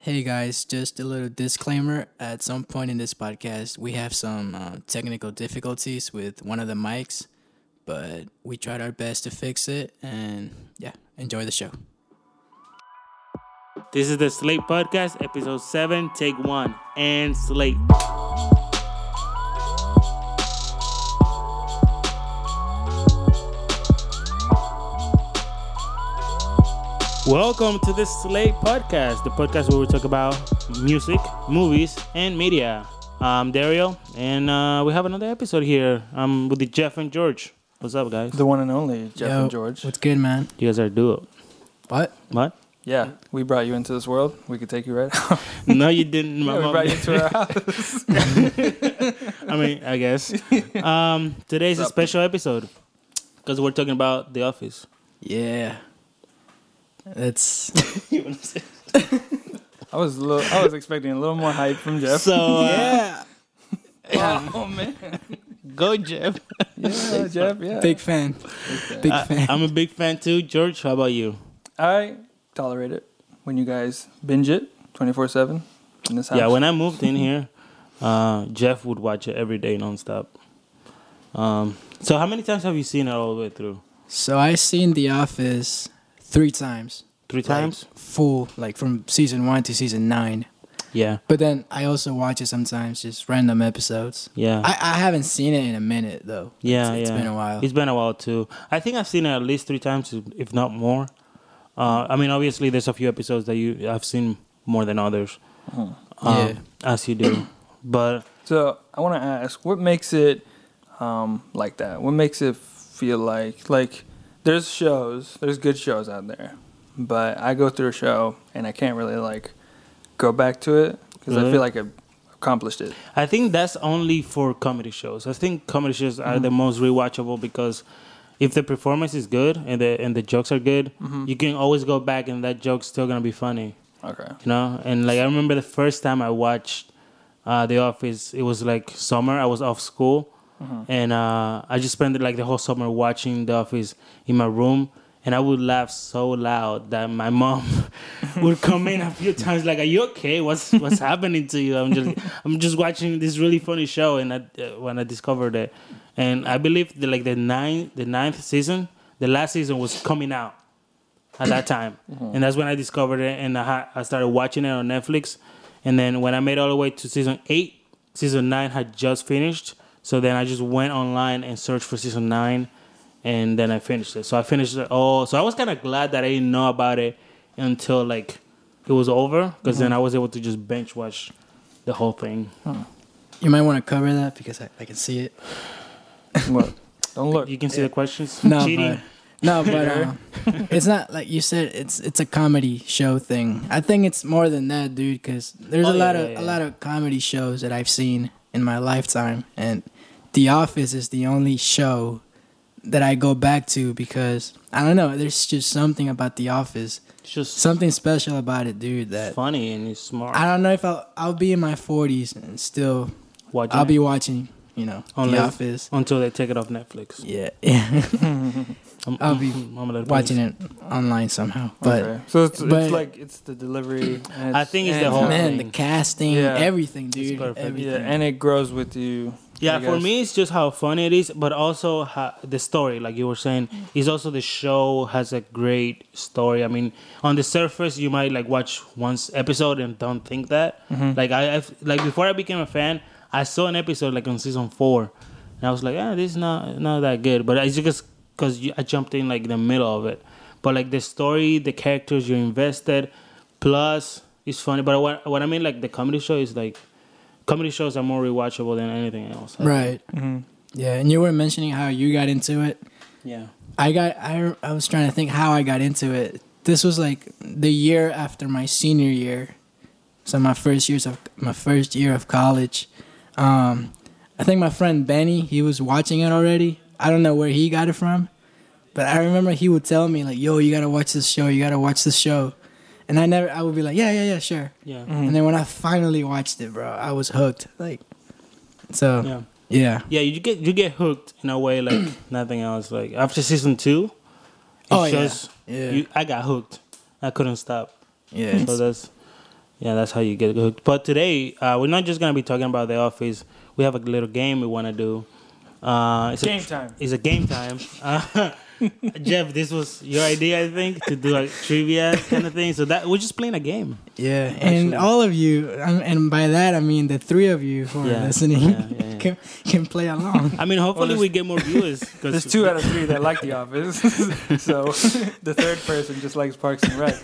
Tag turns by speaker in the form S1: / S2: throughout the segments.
S1: Hey guys, just a little disclaimer. At some point in this podcast, we have some uh, technical difficulties with one of the mics, but we tried our best to fix it. And yeah, enjoy the show.
S2: This is the Slate Podcast, episode 7, take 1, and Slate. Welcome to the Slate Podcast, the podcast where we talk about music, movies, and media. I'm Dario, and uh, we have another episode here. I'm with the Jeff and George. What's up, guys?
S3: The one and only Jeff
S1: Yo,
S3: and George.
S1: What's good, man?
S2: You guys are a duo.
S1: What?
S2: What?
S3: Yeah, we brought you into this world. We could take you right out.
S2: No, you didn't.
S3: Yeah,
S2: My
S3: we
S2: mom
S3: brought you
S2: did.
S3: into our house.
S2: I mean, I guess. Um, today's a
S3: Sup?
S2: special episode because we're talking about The Office.
S1: Yeah. That's
S3: I was a little, I was expecting a little more hype from Jeff.
S2: So uh,
S1: yeah.
S3: oh man,
S2: go, Jeff.
S3: yeah, Jeff, yeah.
S1: Big fan. Big fan.
S2: Uh, I'm a big fan too, George. How about you?
S3: I tolerate it when you guys binge it twenty four seven in this house.
S2: Yeah, when I moved in here, uh, Jeff would watch it every day nonstop. Um, so how many times have you seen it all the way through?
S1: so I seen The Office three times,
S2: Three times.
S1: full, like from season one to season nine.
S2: Yeah,
S1: But then I also watch it sometimes, just random episodes.
S2: yeah,
S1: I, I haven't seen it in a minute though.
S2: yeah,
S1: it's,
S2: yeah.
S1: It's been a while.
S2: It's been a while too. I think I've seen it at least three times, if not more. Uh, I mean, obviously, there's a few episodes that you I've seen more than others,
S3: Mhm.
S2: um,
S1: Yeah.
S2: as you do. But
S3: So I want to ask, what makes it um, like that? What makes it feel like like there's shows, there's good shows out there, but I go through a show and I can't really like go back to it because I
S2: Really?
S3: feel like I accomplished it.
S2: I think that's only for comedy shows. I think comedy shows are the most rewatchable because if the performance is good and the and the jokes are good,
S3: Mm-hmm.
S2: you can always go back and that joke's still gonna be funny.
S3: Okay.
S2: You know? And like I remember the first time I watched uh, The Office, it was like summer. I was off school
S3: Mm-hmm.
S2: and uh, I just spent like the whole summer watching The Office in my room. And I would laugh so loud that my mom would come in a few times, like, "Are you okay? What's what's happening to you?" I'm just I'm just watching this really funny show, and I, uh, when I discovered it, and I believe the, like the ninth the ninth season, the last season was coming out at that time,
S3: Mm-hmm.
S2: and that's when I discovered it, and I ha- I started watching it on Netflix, and then when I made it all the way to season eight, season nine had just finished, so then I just went online and searched for season nine, and then I finished it. So I finished it all. So I was kind of glad that I didn't know about it until like it was over, because then I was able to just binge watch the whole thing.
S1: you might want to cover that because I, I can see it.
S3: What? Don't look.
S2: You can
S1: eh,
S2: see the questions.
S1: No,
S2: Cheating.
S1: but no, but uh, it's not like you said. It's it's a comedy show thing. I think it's more than that, dude. Because there's
S2: Oh,
S1: a
S2: yeah,
S1: lot
S2: yeah,
S1: of
S2: yeah.
S1: a lot of comedy shows that I've seen in my lifetime, and The Office is the only show that I go back to because I don't know. There's just something about The Office,
S2: It's just
S1: something special about it, dude. That
S2: funny and it's smart.
S1: I don't know if I'll, I'll be in my 40s and still
S2: Watching
S1: I'll
S2: it
S1: be watching, you know, The
S2: Unless-
S1: Office.
S2: until they take it off Netflix.
S1: Yeah, yeah,
S2: I'm,
S1: I'll be
S2: I'm gonna-
S1: watching it online somehow. But
S3: okay. so it's,
S1: but-
S3: it's like it's the delivery. And
S2: I think it's the
S3: and-
S2: whole
S1: man,
S2: thing.
S1: the casting,
S3: Yeah.
S1: everything, dude,
S2: perfect.
S1: everything.
S3: Yeah, and it grows with you.
S2: Yeah,
S3: I
S2: for
S3: guess.
S2: me, it's just how funny it is, but also how, the story, like you were saying, is also the show has a great story. I mean, on the surface, you might like watch one s- episode and don't think that. Like I, I've, like before I became a fan, I saw an episode like on season four, and I was like, ah, this is not not that good. But it's just because I jumped in like the middle of it. But like the story, the characters, you're invested. Plus, it's funny. But what what I mean, like the comedy show is like. Comedy shows are more rewatchable than anything else. I
S1: right.
S3: Mhm.
S1: Yeah, and you were mentioning how you got into it.
S2: Yeah.
S1: I got I I was trying to think how I got into it. This was like the year after my senior year, so my first years of my first year of college. Um, I think my friend Benny he was watching it already. I don't know where he got it from, but I remember he would tell me like, "Yo, you gotta watch this show. You gotta watch this show," and I never I would be like, "Yeah, yeah, yeah, sure."
S2: Yeah.
S3: Mm.
S1: And then when I finally watched it, bro, I was hooked. Like, so
S2: Yeah.
S1: yeah.
S2: Yeah, you get you get hooked in a way like nothing else. Like after season two, it's
S1: Oh, yeah.
S2: just
S1: Yeah.
S2: you I got hooked. I couldn't stop.
S1: Yeah.
S2: So that's yeah, that's how you get hooked. But today, uh, we're not just gonna be talking about The Office. We have a little game we wanna do. Uh, it's
S3: Game
S2: a,
S3: time.
S2: It's a game time. Uh, Jeff, this was your idea, I think, to do like trivia kind of thing. So that we're just playing a game.
S1: Yeah, and
S2: Actually-
S1: all of you, um, and by that I mean the three of you who are
S2: Yeah,
S1: listening,
S2: yeah, yeah, yeah.
S1: Can, can play along.
S2: I mean, hopefully
S3: there's-
S2: we get more viewers.
S3: There's two out of three that like The Office, so the third person just likes Parks and Rec.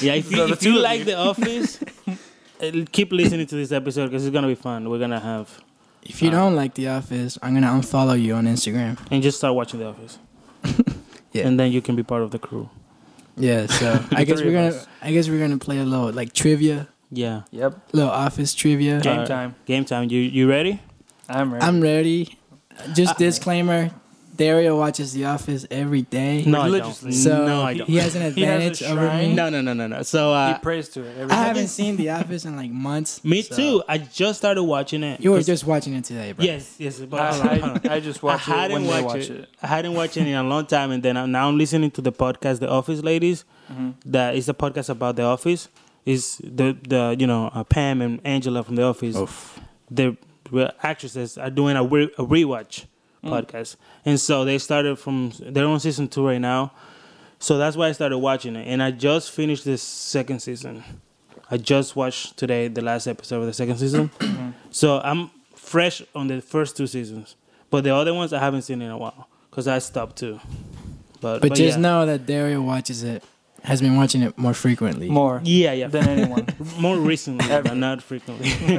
S2: Yeah, if you,
S3: So the
S2: if
S3: two
S2: you
S3: of
S2: like
S3: you.
S2: The Office, uh, keep listening to this episode because it's gonna be fun. We're gonna have
S1: if you
S2: Uh,
S1: don't like The Office, I'm gonna unfollow you on Instagram.
S2: and just start watching The Office.
S1: Yeah.
S2: And then you can be part of the crew.
S1: Yeah, so I guess
S3: three
S1: we're
S3: of
S1: gonna, I guess we're gonna play a little like trivia,
S2: Yeah.
S3: Yep,
S1: little Office trivia.
S3: game
S2: Alright.
S3: time.
S2: Game time. You you ready?
S3: I'm ready.
S1: I'm ready. Just
S2: Uh,
S1: disclaimer: Dario watches The Office every day.
S2: No, I
S3: Religiously.
S2: don't.
S1: so
S2: no, I don't.
S1: he has an
S3: He has
S1: advantage
S3: a
S1: over me.
S3: shrine.
S2: no, no, no, no, no. So
S3: he
S2: uh,
S3: prays to it. Every
S1: I haven't seen The Office in like months.
S2: me
S1: so-
S2: too. I just started watching it.
S1: You were
S2: 'cause-
S1: just watching it today, bro.
S2: yes, yes. But
S3: I, I, I just
S2: I
S3: watch it when
S2: hadn't
S3: they
S2: watched
S3: watch
S2: it.
S3: it.
S2: I hadn't watched it in a long time, and then I'm, now I'm listening to the podcast, The Office Ladies.
S3: Mhm.
S2: That is a podcast about The Office. Is the the you know uh, Pam and Angela from The Office? The re- actresses are doing a, re- a rewatch podcast, and so they started from they're on season two right now. So that's why I started watching it, and I just finished this second season. I just watched today the last episode of the second season, so I'm fresh on the first two seasons. But the other ones I haven't seen in a while because I stopped too. But
S1: But, just
S2: yeah.
S1: know that Dario watches it, has been watching it more frequently.
S3: More
S2: yeah, yeah,
S3: than anyone.
S2: more recently,
S3: Ever.
S2: but not frequently.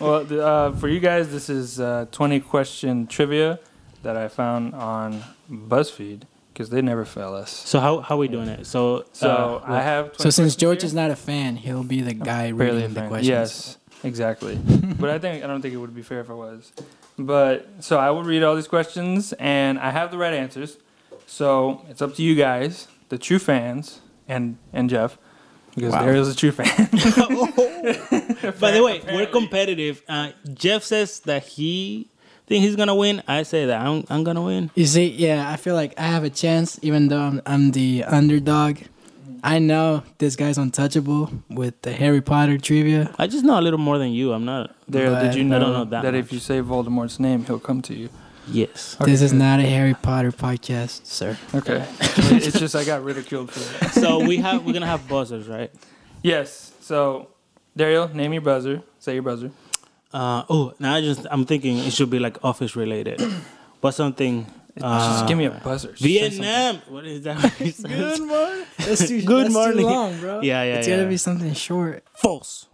S3: well, the, uh, for you guys, this is uh, 20 question trivia that I found on BuzzFeed because they never fail us.
S2: So how how we doing it? So
S3: So
S2: uh,
S3: I have.
S1: So
S3: 20
S1: since
S3: questions
S1: George
S3: here.
S1: is not a fan, he'll be the guy
S3: barely a
S1: reading the
S3: fan.
S1: questions.
S3: Yes, exactly. but I think I don't think it would be fair if I was. But so I will read all these questions, and I have the right answers. So it's up to you guys, the true fans, and and Jeff, because
S1: Wow.
S3: there is a true fan.
S2: Oh. By the way, we're competitive. Uh, Jeff says that he think he's gonna win. I say that I'm I'm gonna win.
S1: You see, yeah, I feel like I have a chance, even though I'm, I'm the underdog. I know this guy's untouchable with the Harry Potter trivia.
S2: I just know a little more than you. I'm not.
S3: There, did you
S2: I
S3: know,
S2: don't know that
S3: that, if
S2: much.
S3: you say Voldemort's name, he'll come to you?
S2: Yes.
S3: Okay,
S1: this is
S3: good.
S1: not a Harry Potter podcast, sir.
S3: Okay. it's just I got ridiculed for that.
S2: So we have we're gonna have buzzers, right?
S3: Yes. So, Dario, name your buzzer. Say your buzzer.
S2: Uh, oh, now I just I'm thinking it should be like office related, but something.
S3: just
S2: uh,
S3: give me a buzzer. Just say
S2: Vietnam. What is that? Good
S1: morning. That's too,
S2: Good
S1: that's
S2: morning.
S1: too long, bro.
S2: Yeah, yeah,
S1: It's
S2: yeah.
S1: gonna be something short.
S2: False.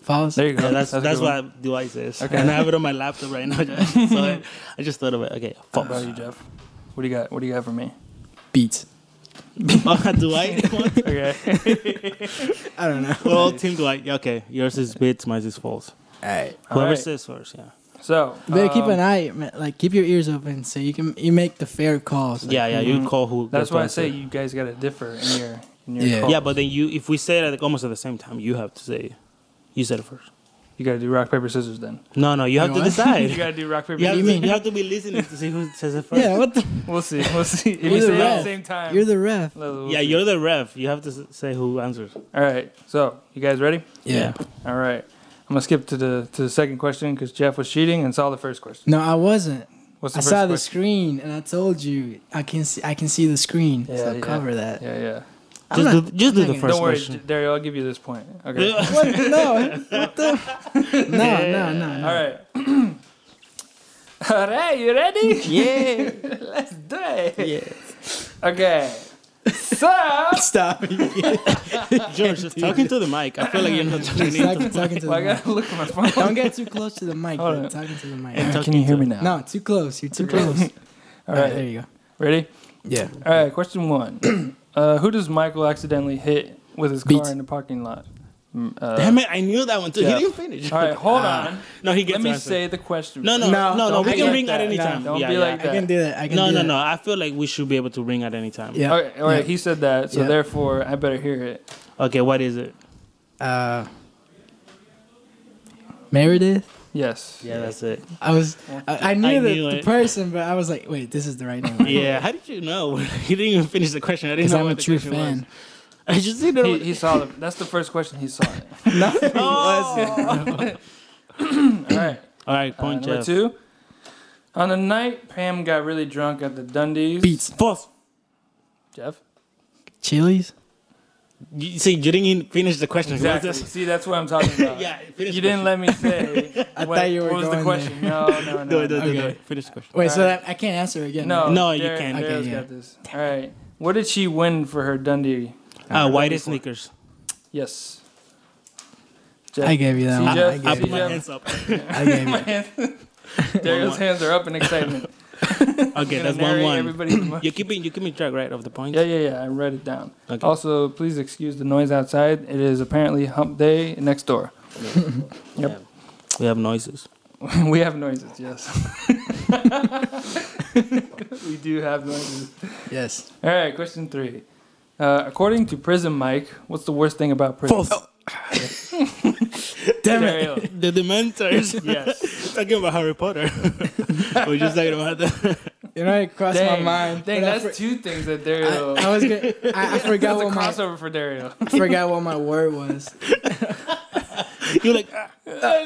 S1: False.
S3: There you go.
S2: Yeah, that's
S3: a
S2: that's,
S3: good one.
S2: what Dwight says.
S3: Okay.
S2: Okay. And I have it on my laptop right now. Jeff. so I, I just thought of it. Okay.
S3: How about
S2: False.
S3: Ah, you, Jeff? What do you got? What do you got for me?
S1: Beats.
S2: Uh, Dwight. What?
S3: Okay.
S1: I don't know.
S2: Well, Team Dwight. yeah, Okay, yours is bits, mine is false.
S1: All right.
S3: All
S2: Whoever
S3: right.
S2: says first, yeah.
S3: So,
S1: But keep
S3: um,
S1: an eye, ma- like keep your ears open, so you can you make the fair calls. Like,
S2: yeah, yeah.
S3: Mhm.
S2: You call who?
S3: That's
S2: gets
S3: why I
S2: first.
S3: say you guys gotta differ in your in your
S1: Yeah.
S3: calls.
S2: Yeah, but then you, if we say it like almost at the same time, you have to say, you said it first.
S3: you gotta do rock paper scissors then.
S2: No, no, you have
S1: Wait,
S2: to
S1: what?
S3: you
S2: decide.
S3: gotta do rock paper.
S2: you, have
S3: scissors.
S2: to, you have to be listening to see who says it first.
S1: Yeah. What the?
S3: We'll see. We'll see. If you
S1: You're the
S3: say it at the
S1: ref.
S3: same time.
S1: You're the ref.
S3: we'll- we'll
S2: Yeah,
S3: see.
S2: you're the ref. You have to s- say who answers.
S3: All right. So, you guys ready?
S1: Yeah.
S3: All right. I'm gonna skip to the to the second question because Jeff was cheating and saw the first question.
S1: No, I wasn't.
S3: What's the
S1: I
S3: first
S1: saw the
S3: question?
S1: screen, and I told you I can see. I can see the screen.
S3: Yeah,
S1: so
S3: yeah.
S1: cover that.
S3: Yeah, yeah.
S1: I'm
S2: Just
S1: not-
S2: do, just
S1: I'm
S2: do
S1: not
S2: the
S1: gonna-
S2: 1st
S3: Don't worry,
S2: question.
S3: J- Dario. I'll give you this point. Okay. All
S1: What? No. What the? No, no, no, no.
S3: right. All right. You ready?
S1: Yeah.
S3: Let's do it.
S1: Yeah.
S3: Okay. So.
S1: Stop. it.
S2: George, just talking to the mic. I feel like you're not talking
S1: Just talking,
S2: into
S1: talking to the
S3: Well, I
S1: mic.
S3: gotta look at my phone.
S1: Don't get too close to the mic.
S3: Hold
S1: but
S3: on.
S1: Talking to the mic.
S2: Yeah.
S3: Can you hear me now?
S1: No, too close. You're too
S3: Okay.
S1: close.
S3: All
S1: All right, there
S3: right.
S1: you go.
S3: Ready?
S1: Yeah.
S3: All right. Question one. Uh, who does Michael accidentally hit with his
S1: Beats.
S3: car in the parking lot? Mm, Uh,
S2: Damn it, I knew that one too.
S3: Jeff.
S2: He didn't finish.
S3: All right. Hold
S1: Ah.
S3: on.
S2: No, he gets
S3: Let me
S2: to answer.
S3: say the question.
S2: No, no,
S1: No,
S2: no, no.
S1: don't
S2: We
S1: be
S2: can
S1: like
S2: ring at
S3: that.
S2: any
S1: No,
S2: time.
S3: don't
S2: yeah,
S3: be
S2: yeah.
S1: I
S3: like
S1: can do that. I can
S2: No,
S1: do
S2: no,
S1: that.
S2: no. I feel like we should be able to ring at any time.
S1: Yeah.
S3: All right. All right.
S1: yeah.
S3: He said that, so
S1: Yeah.
S3: therefore I better hear it.
S2: Okay, what is it?
S1: Uh, Meredith.
S3: Yes.
S2: Yeah, that's it.
S1: I was. I, I knew,
S2: I
S1: the,
S2: knew
S1: the
S2: it.
S1: person, but I was like, wait, this is the right name.
S2: Yeah, how did you know? he didn't even finish the question. I didn't
S1: Because
S2: know
S1: I'm a
S2: what the
S1: true
S2: question
S1: fan.
S2: I just didn't know.
S3: He, he saw the. That's the first question he saw. It.
S1: Nothing
S3: All right.
S2: All right,
S3: Uh,
S2: point
S3: number
S2: Jeff.
S3: two. On the night Pam got really drunk at the Dundee's.
S1: Beats.
S2: False.
S3: Jeff.
S1: Chili's?
S2: You, see, you didn't even finish the question.
S3: Exactly. See, that's what I'm talking about.
S2: yeah, finish
S3: You
S2: the
S3: didn't let me say.
S1: I
S3: what,
S1: thought you were
S3: What was the
S1: going
S3: question? No, no,
S2: question. No,
S3: no.
S2: no, no, no.
S1: Okay.
S2: Finish the question.
S1: Wait, so
S3: Alright.
S1: that, I can't answer again.
S3: No,
S1: right?
S2: No, you
S3: Derek-
S2: can't.
S1: Okay,
S3: Derek's
S1: yeah.
S3: got this. All right. What did she win for her Dundee?
S2: Uh, whitest sneakers.
S3: Yes.
S1: I gave you that
S3: See,
S1: one.
S3: Ah, Jeff-
S1: I
S2: I
S1: gave
S2: put
S1: you
S2: my
S1: that
S3: Jeff-
S2: hands up.
S1: one. I gave you
S3: My hands- Daryl's hands are up in excitement.
S2: Okay,
S3: Gonna
S2: that's one
S3: narrate
S2: one.
S3: everybody's mo-
S2: You keeping you keeping track right of the points.
S3: yeah, yeah, yeah. Oh. I wrote it down.
S2: Okay.
S3: Also, please excuse the noise outside. It is apparently hump day next door. Yep.
S2: Yeah. We have noises.
S3: we have noises, yes. we do have noises.
S1: Yes.
S3: All right, question three. Uh, according to Prison Mike, what's the worst thing about prison?
S2: False.
S1: Damn it.
S3: Daryl.
S2: The Dementors.
S3: Yes.
S2: talking about Harry Potter. We're just talking about that.
S1: You know, it crossed
S3: Dang,
S1: my mind.
S3: Dang,
S1: but I
S3: that's
S1: for-
S3: two things that
S1: I,
S3: Dario.
S1: I was gonna, I, I forgot
S3: that's a
S1: what my
S3: crossover for Dario.
S1: I forgot what my word was.
S2: You're like, "Ah,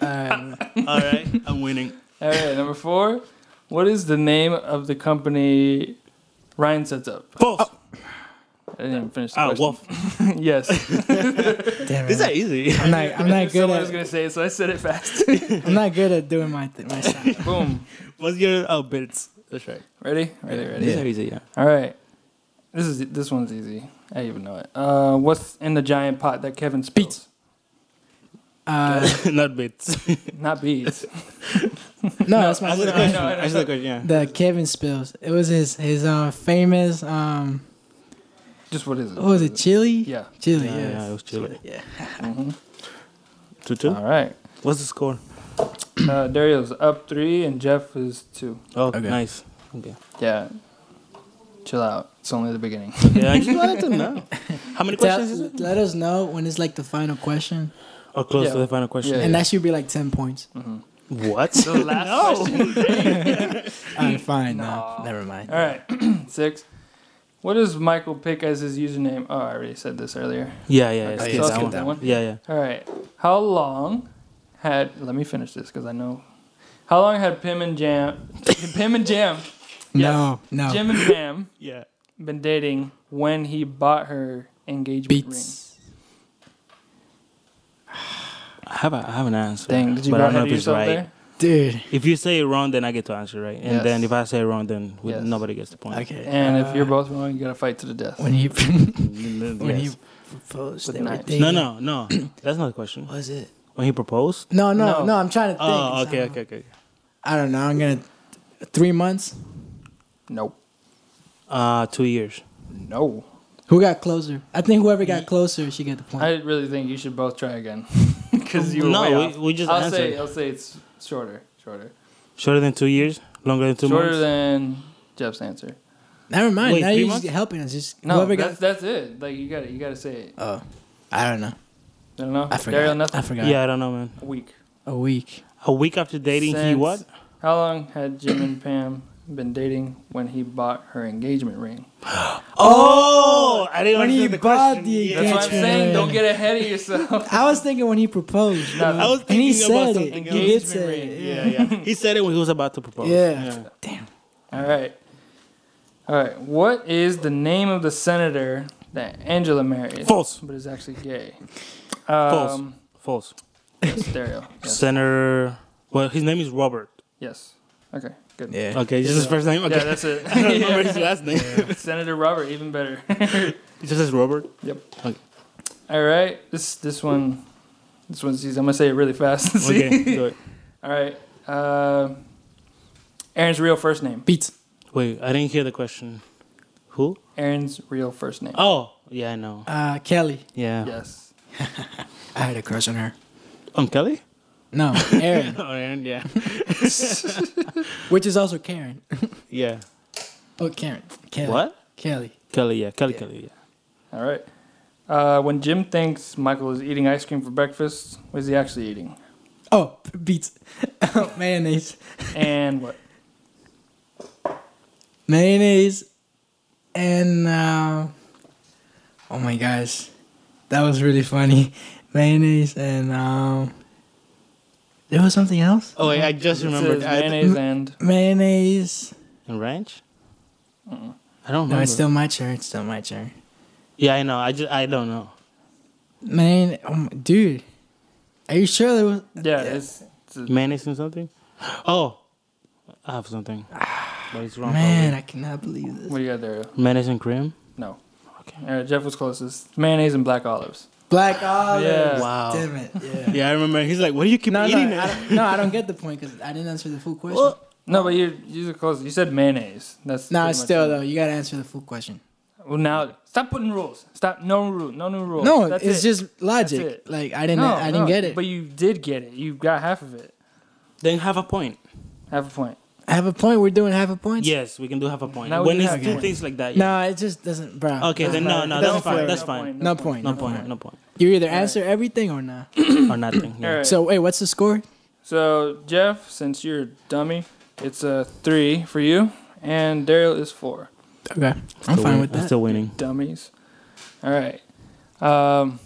S1: Um,
S2: all right, I'm winning.
S3: All right, number four. What is the name of the company Ryan sets up?
S2: False. Oh,
S3: I didn't even finish the
S1: Oh,
S2: ah,
S3: question.
S2: wolf.
S3: yes.
S1: damn
S2: These are
S1: it.
S2: easy.
S1: I'm not, I'm not good
S3: Someone was
S1: at
S3: gonna say it, so I said it fast.
S1: I'm not good at doing my th- my sound.
S3: Boom.
S2: What's your oh bids? That's right.
S3: Ready? Ready? Ready?
S2: These are easy. Yeah.
S3: All right. This is this one's easy. I even know it. Uh, what's in the giant pot that Kevin spills?
S1: Uh,
S2: Not bids.
S3: Not beads.
S1: no, that's my
S2: Answer the
S3: I know,
S2: question.
S3: I know.
S2: Answer the question. Yeah.
S1: the Kevin spills. It was his his uh, famous um
S3: Just what is it?
S1: what was Oh, it chili?
S3: Yeah. Mm-hmm.
S1: chili.
S2: Yeah,
S1: yes.
S2: yeah, it was chili.
S1: Yeah.
S2: Two two.
S3: All right.
S2: What's the score?
S3: Uh, Dario's up three and Jeff is two.
S2: Oh,
S1: Okay.
S2: nice. Okay.
S3: Yeah. Chill out. It's only the beginning.
S2: Okay. I just wanted to know. How many
S1: Tell,
S2: questions is it?
S1: let us know when it's like the final question,
S2: Or Oh, close
S3: Yeah.
S2: to the final question.
S3: Yeah.
S1: and that should be like ten points.
S2: What?
S3: The last question.
S1: All right, fine. No,
S3: No.
S1: never mind.
S3: All right. Six. What does Michael pick as his username? Oh, I already said this earlier.
S2: Yeah, yeah. yeah.
S1: Okay, so
S2: skip that
S1: skip
S2: one.
S1: that
S3: one.
S2: Yeah, yeah.
S3: All right. How long had? Let me finish this because I know. How long had Pim and Jam, Pim and Jam,
S1: No, no.
S3: Jim and Pam
S2: Yeah.
S3: been dating when he bought her engagement
S1: Beats.
S2: I have a, I have an answer.
S3: ring? Dang, did you
S2: but I
S3: run
S2: don't know
S3: ahead of
S2: if it's
S3: yourself
S2: right.
S3: there?
S1: Dude.
S2: If you say it wrong, then I get to answer right, and
S3: Yes.
S2: then if I say it wrong, then we,
S3: Yes.
S2: nobody gets the point.
S1: Okay.
S3: And if you're
S1: uh,
S3: both wrong, you gotta fight to the death.
S1: when he when
S2: Yes.
S1: he proposed,
S3: With
S1: they were
S3: knives.
S1: dating.
S2: No, no, no. That's not the question.
S1: Was it?
S2: When he proposed?
S1: No, no,
S3: No.
S1: no. I'm trying to think.
S2: Oh,
S1: So,
S2: okay, okay, okay.
S1: I don't know. I'm gonna three months.
S3: Nope.
S2: Uh, two years.
S3: No.
S1: Who got closer? I think whoever got closer, she got the point.
S3: I really think you should both try again because you were
S2: no,
S3: way
S2: we,
S3: off.
S2: we just
S3: I'll
S2: answered.
S3: say uh, I'll say it's shorter, shorter,
S2: Shorter than two years? Longer than two
S3: shorter
S2: months?
S3: than Jeff's answer.
S1: Never mind.
S2: Wait,
S1: now
S2: three
S1: you're
S2: months?
S1: just helping us. Just
S3: No,
S1: whoever
S3: that's
S1: got.
S3: that's it. Like you gotta you gotta say it.
S1: Oh, I don't know.
S3: I don't know.
S1: I forgot.
S3: Daryl, nothing.
S1: I forgot.
S2: yeah, I don't know, man.
S3: A week.
S1: A week.
S2: A week after dating, he
S3: Since-
S2: what?
S3: How long had Jim and Pam been dating when he bought her engagement ring?
S2: Oh, I didn't
S1: When he
S2: understand the
S1: bought
S2: question.
S1: the
S2: Yeah.
S3: That's what I'm
S1: Engagement
S3: saying.
S1: ring.
S3: Don't get ahead of yourself.
S1: I was thinking when he proposed.
S3: No,
S1: bro.
S2: I was
S1: and he
S2: thinking about
S1: said it.
S2: something
S1: He did
S2: else.
S3: Engagement
S1: say it.
S3: ring.
S2: Yeah, yeah. he said it when he was about to propose.
S1: Yeah.
S2: Damn.
S3: All right. All right. What is the name of the senator that Angela married?
S2: False.
S3: But is actually gay. Um,
S2: False. False.
S3: Yes, Daryl. Yes.
S2: Senator. Well, his name is Robert.
S3: yes. Okay. Good.
S1: Yeah.
S2: Okay, this is his first name. Okay.
S3: Yeah, that's it.
S2: I don't remember his last name.
S3: Senator Robert, even better.
S2: It just says Robert.
S3: Yep.
S2: Okay.
S3: All right. This this one, this one's easy. I'm gonna say it really fast. See?
S2: Okay. do it.
S3: All right. Uh, Aaron's real first name.
S1: Beats.
S2: Wait, I didn't hear the question. Who?
S3: Aaron's real first name.
S2: Oh, yeah, I know.
S1: Uh, Kelly.
S2: Yeah.
S3: Yes.
S1: I had a crush on her.
S2: On Kelly?
S1: No, Aaron,
S2: Oh, Aaron, yeah.
S1: which is also Karen.
S2: Yeah.
S1: Oh, Karen. Kelly.
S2: What?
S1: Kelly.
S2: Kelly, yeah. Kelly, Kelly, yeah.
S3: All right. Uh, when Jim thinks Michael is eating ice cream for breakfast, what is he actually eating?
S1: Oh, beats. mayonnaise.
S3: And what?
S1: Mayonnaise and uh, Oh my gosh, that was really funny. Mayonnaise and um, there was something else.
S2: Oh, wait, I just
S3: It
S2: remembered.
S3: says
S2: I-
S3: mayonnaise and
S1: Mayonnaise.
S2: and ranch. I don't know.
S1: No, it's still my turn. It's still my turn.
S2: yeah, I know. I just I don't know.
S1: Man, oh my, dude, are you sure there was?
S3: yeah, it's, it's-
S2: Mayonnaise and something. Oh, I have something, but it's wrong.
S1: Man, I cannot believe this.
S3: what do you got there?
S2: probably. mayonnaise and cream.
S3: No.
S2: Okay.
S3: All right, Jeff was closest. Mayonnaise and black olives.
S1: Black olives.
S3: Yeah.
S2: Wow.
S1: Damn it. Yeah.
S2: Yeah, I remember. He's like, "What do you keep
S1: No, no,
S2: eating?"
S1: I don't, no, I don't get the point because I didn't answer the full question.
S2: Well,
S3: No, but you you were close. You said mayonnaise. That's
S1: no,
S3: pretty much
S1: still
S3: it.
S1: though, you gotta answer the full question.
S3: Well, now stop putting rules. Stop. No rule. No new rules.
S1: No,
S3: That's
S1: it's
S3: it.
S1: just logic.
S3: it.
S1: Like I didn't,
S3: No,
S1: I didn't
S3: no,
S1: get it.
S3: But you did get it. You got half of it.
S2: Then have a point.
S3: Half a point.
S1: I have a point. We're doing half a point.
S2: Yes, we can do have a point.
S3: Now we
S2: when
S3: do
S2: it's
S3: have a
S2: two
S3: point.
S2: things like that. yeah.
S1: No, it just doesn't, bro.
S2: Okay,
S1: Nah.
S2: then no, no,
S1: It
S2: that's
S1: doesn't
S2: fine.
S1: work.
S2: That's
S3: No
S2: fine.
S3: point.
S1: No point.
S2: No point. No point.
S1: You either answer everything or not.
S2: Or nothing. yeah.
S3: All right.
S1: So wait, what's the score?
S3: So Jeff, since you're a dummy, it's a three for you, and Daryl is four.
S1: Okay, I'm
S2: Still
S1: fine
S2: win-
S1: with
S2: I'm
S1: that.
S2: Still winning.
S3: Dummies. All right. Um,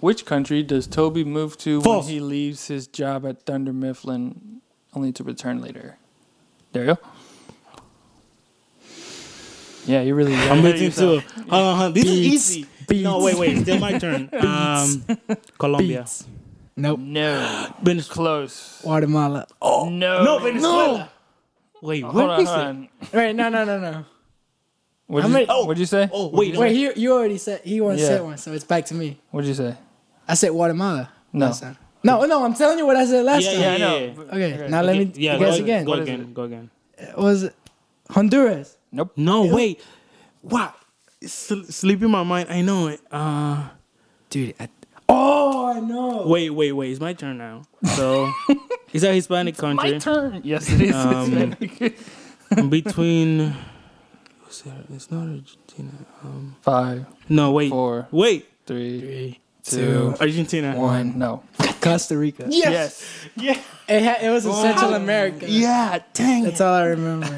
S3: which country does Toby move to
S2: False.
S3: when he leaves his job at Thunder Mifflin, only to return later? Daryl. Yeah, you really.
S2: I'm
S3: right.
S2: waiting too. Hold on, hold on. This is
S1: Beats.
S2: easy. No, wait, wait. Still my turn. Um, Colombia.
S1: Beats. Nope.
S3: No,
S2: Venezuela.
S3: close.
S1: Guatemala.
S2: Oh
S3: No.
S2: No, Venezuela. Wait,
S3: Hold
S2: what
S3: on,
S2: is
S3: hold
S2: it?
S3: on.
S1: Wait, no, no, no, no.
S3: What'd
S1: How
S3: you,
S1: many-
S2: oh.
S3: what'd you say?
S2: Oh, wait.
S1: Wait, he, you already said he once
S3: Yeah.
S1: said one, so it's back to me.
S3: What'd you say?
S1: I said Guatemala.
S3: No.
S1: last time. No, no, I'm telling you what I said last
S2: Yeah,
S1: time.
S2: yeah.
S3: I know.
S1: Okay, now let me
S2: Okay, yeah,
S1: guess
S2: go,
S1: again.
S2: Go
S3: What is
S2: again. Go again.
S1: It was Honduras.
S3: Nope.
S2: No, wait. Wow. It's sl- sleeping my mind. I know it. Uh,
S1: Dude, I, oh, I know.
S2: wait, wait, wait. It's my turn now. So, it's a Hispanic country.
S3: My turn. Yes, it is.
S2: Um, between who's there? It's not Argentina. Um,
S3: Five,
S2: no, wait,
S3: four,
S2: wait.
S3: three,
S1: Three,
S3: two,
S1: two,
S2: Argentina.
S3: one. No.
S1: Costa Rica.
S3: Yes.
S2: Yeah.
S1: It, ha- it was in Central America.
S2: Yeah. Dang.
S1: That's
S2: It.
S1: all I remember.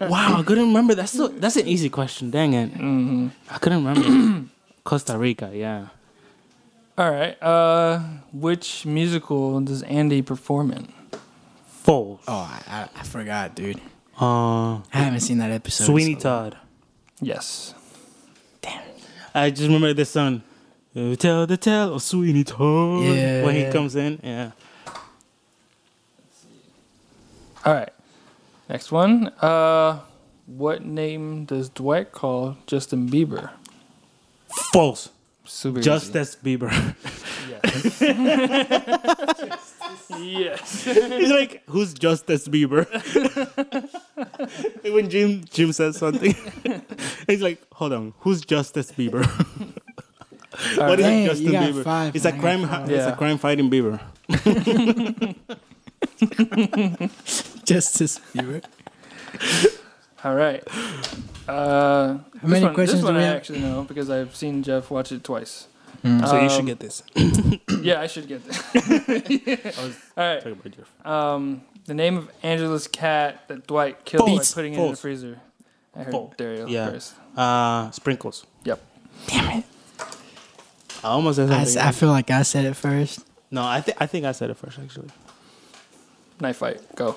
S1: Yeah.
S2: wow, I couldn't remember. That's so, that's an easy question. Dang it,
S3: Mhm.
S2: I couldn't remember. Costa Rica. Yeah.
S3: All right. Uh, which musical does Andy perform in?
S2: False.
S1: oh, I, I, I forgot, dude.
S2: Uh,
S1: I haven't seen that episode.
S2: Sweeney
S1: so-
S2: Todd.
S3: Yes.
S2: I just remember the song. "Uh, Tell the tale of Sweeney Todd.
S1: Yeah.
S2: When he comes in, yeah.
S3: All right. Next one. Uh, what name does Dwight call Justin Bieber?
S2: False.
S3: Super easy.
S2: Justice Bieber.
S3: Yes. yes.
S2: He's like, who's Justice Bieber? when Jim Jim says something, he's like, hold on, who's Justice Bieber? what is
S1: Dang, you
S2: Justin
S1: got
S2: Bieber?
S1: five,
S2: it's
S1: man,
S2: a
S1: I got
S2: crime.
S1: five.
S2: It's
S3: Yeah.
S2: a crime fighting Bieber.
S1: Justice Bieber.
S3: All right. Uh, this
S1: many
S3: one,
S1: questions
S3: this one
S1: do we
S3: I
S1: have? Mm.
S3: actually know because I've seen Jeff watch it twice.
S2: So you
S3: Um,
S2: should get this.
S3: Yeah, I should get this. All right.
S2: Talk about your-
S3: Um, the name of Angela's cat that Dwight killed
S2: False.
S3: by putting it in the
S2: False.
S3: freezer. I heard
S2: False.
S3: Dario
S2: Yeah.
S3: first.
S2: Uh, sprinkles.
S3: Yep.
S1: Damn it.
S2: I almost said
S1: I,
S2: something.
S1: s- I feel like I said it first.
S2: no, I think I think I said it first actually.
S3: Knife fight. Go.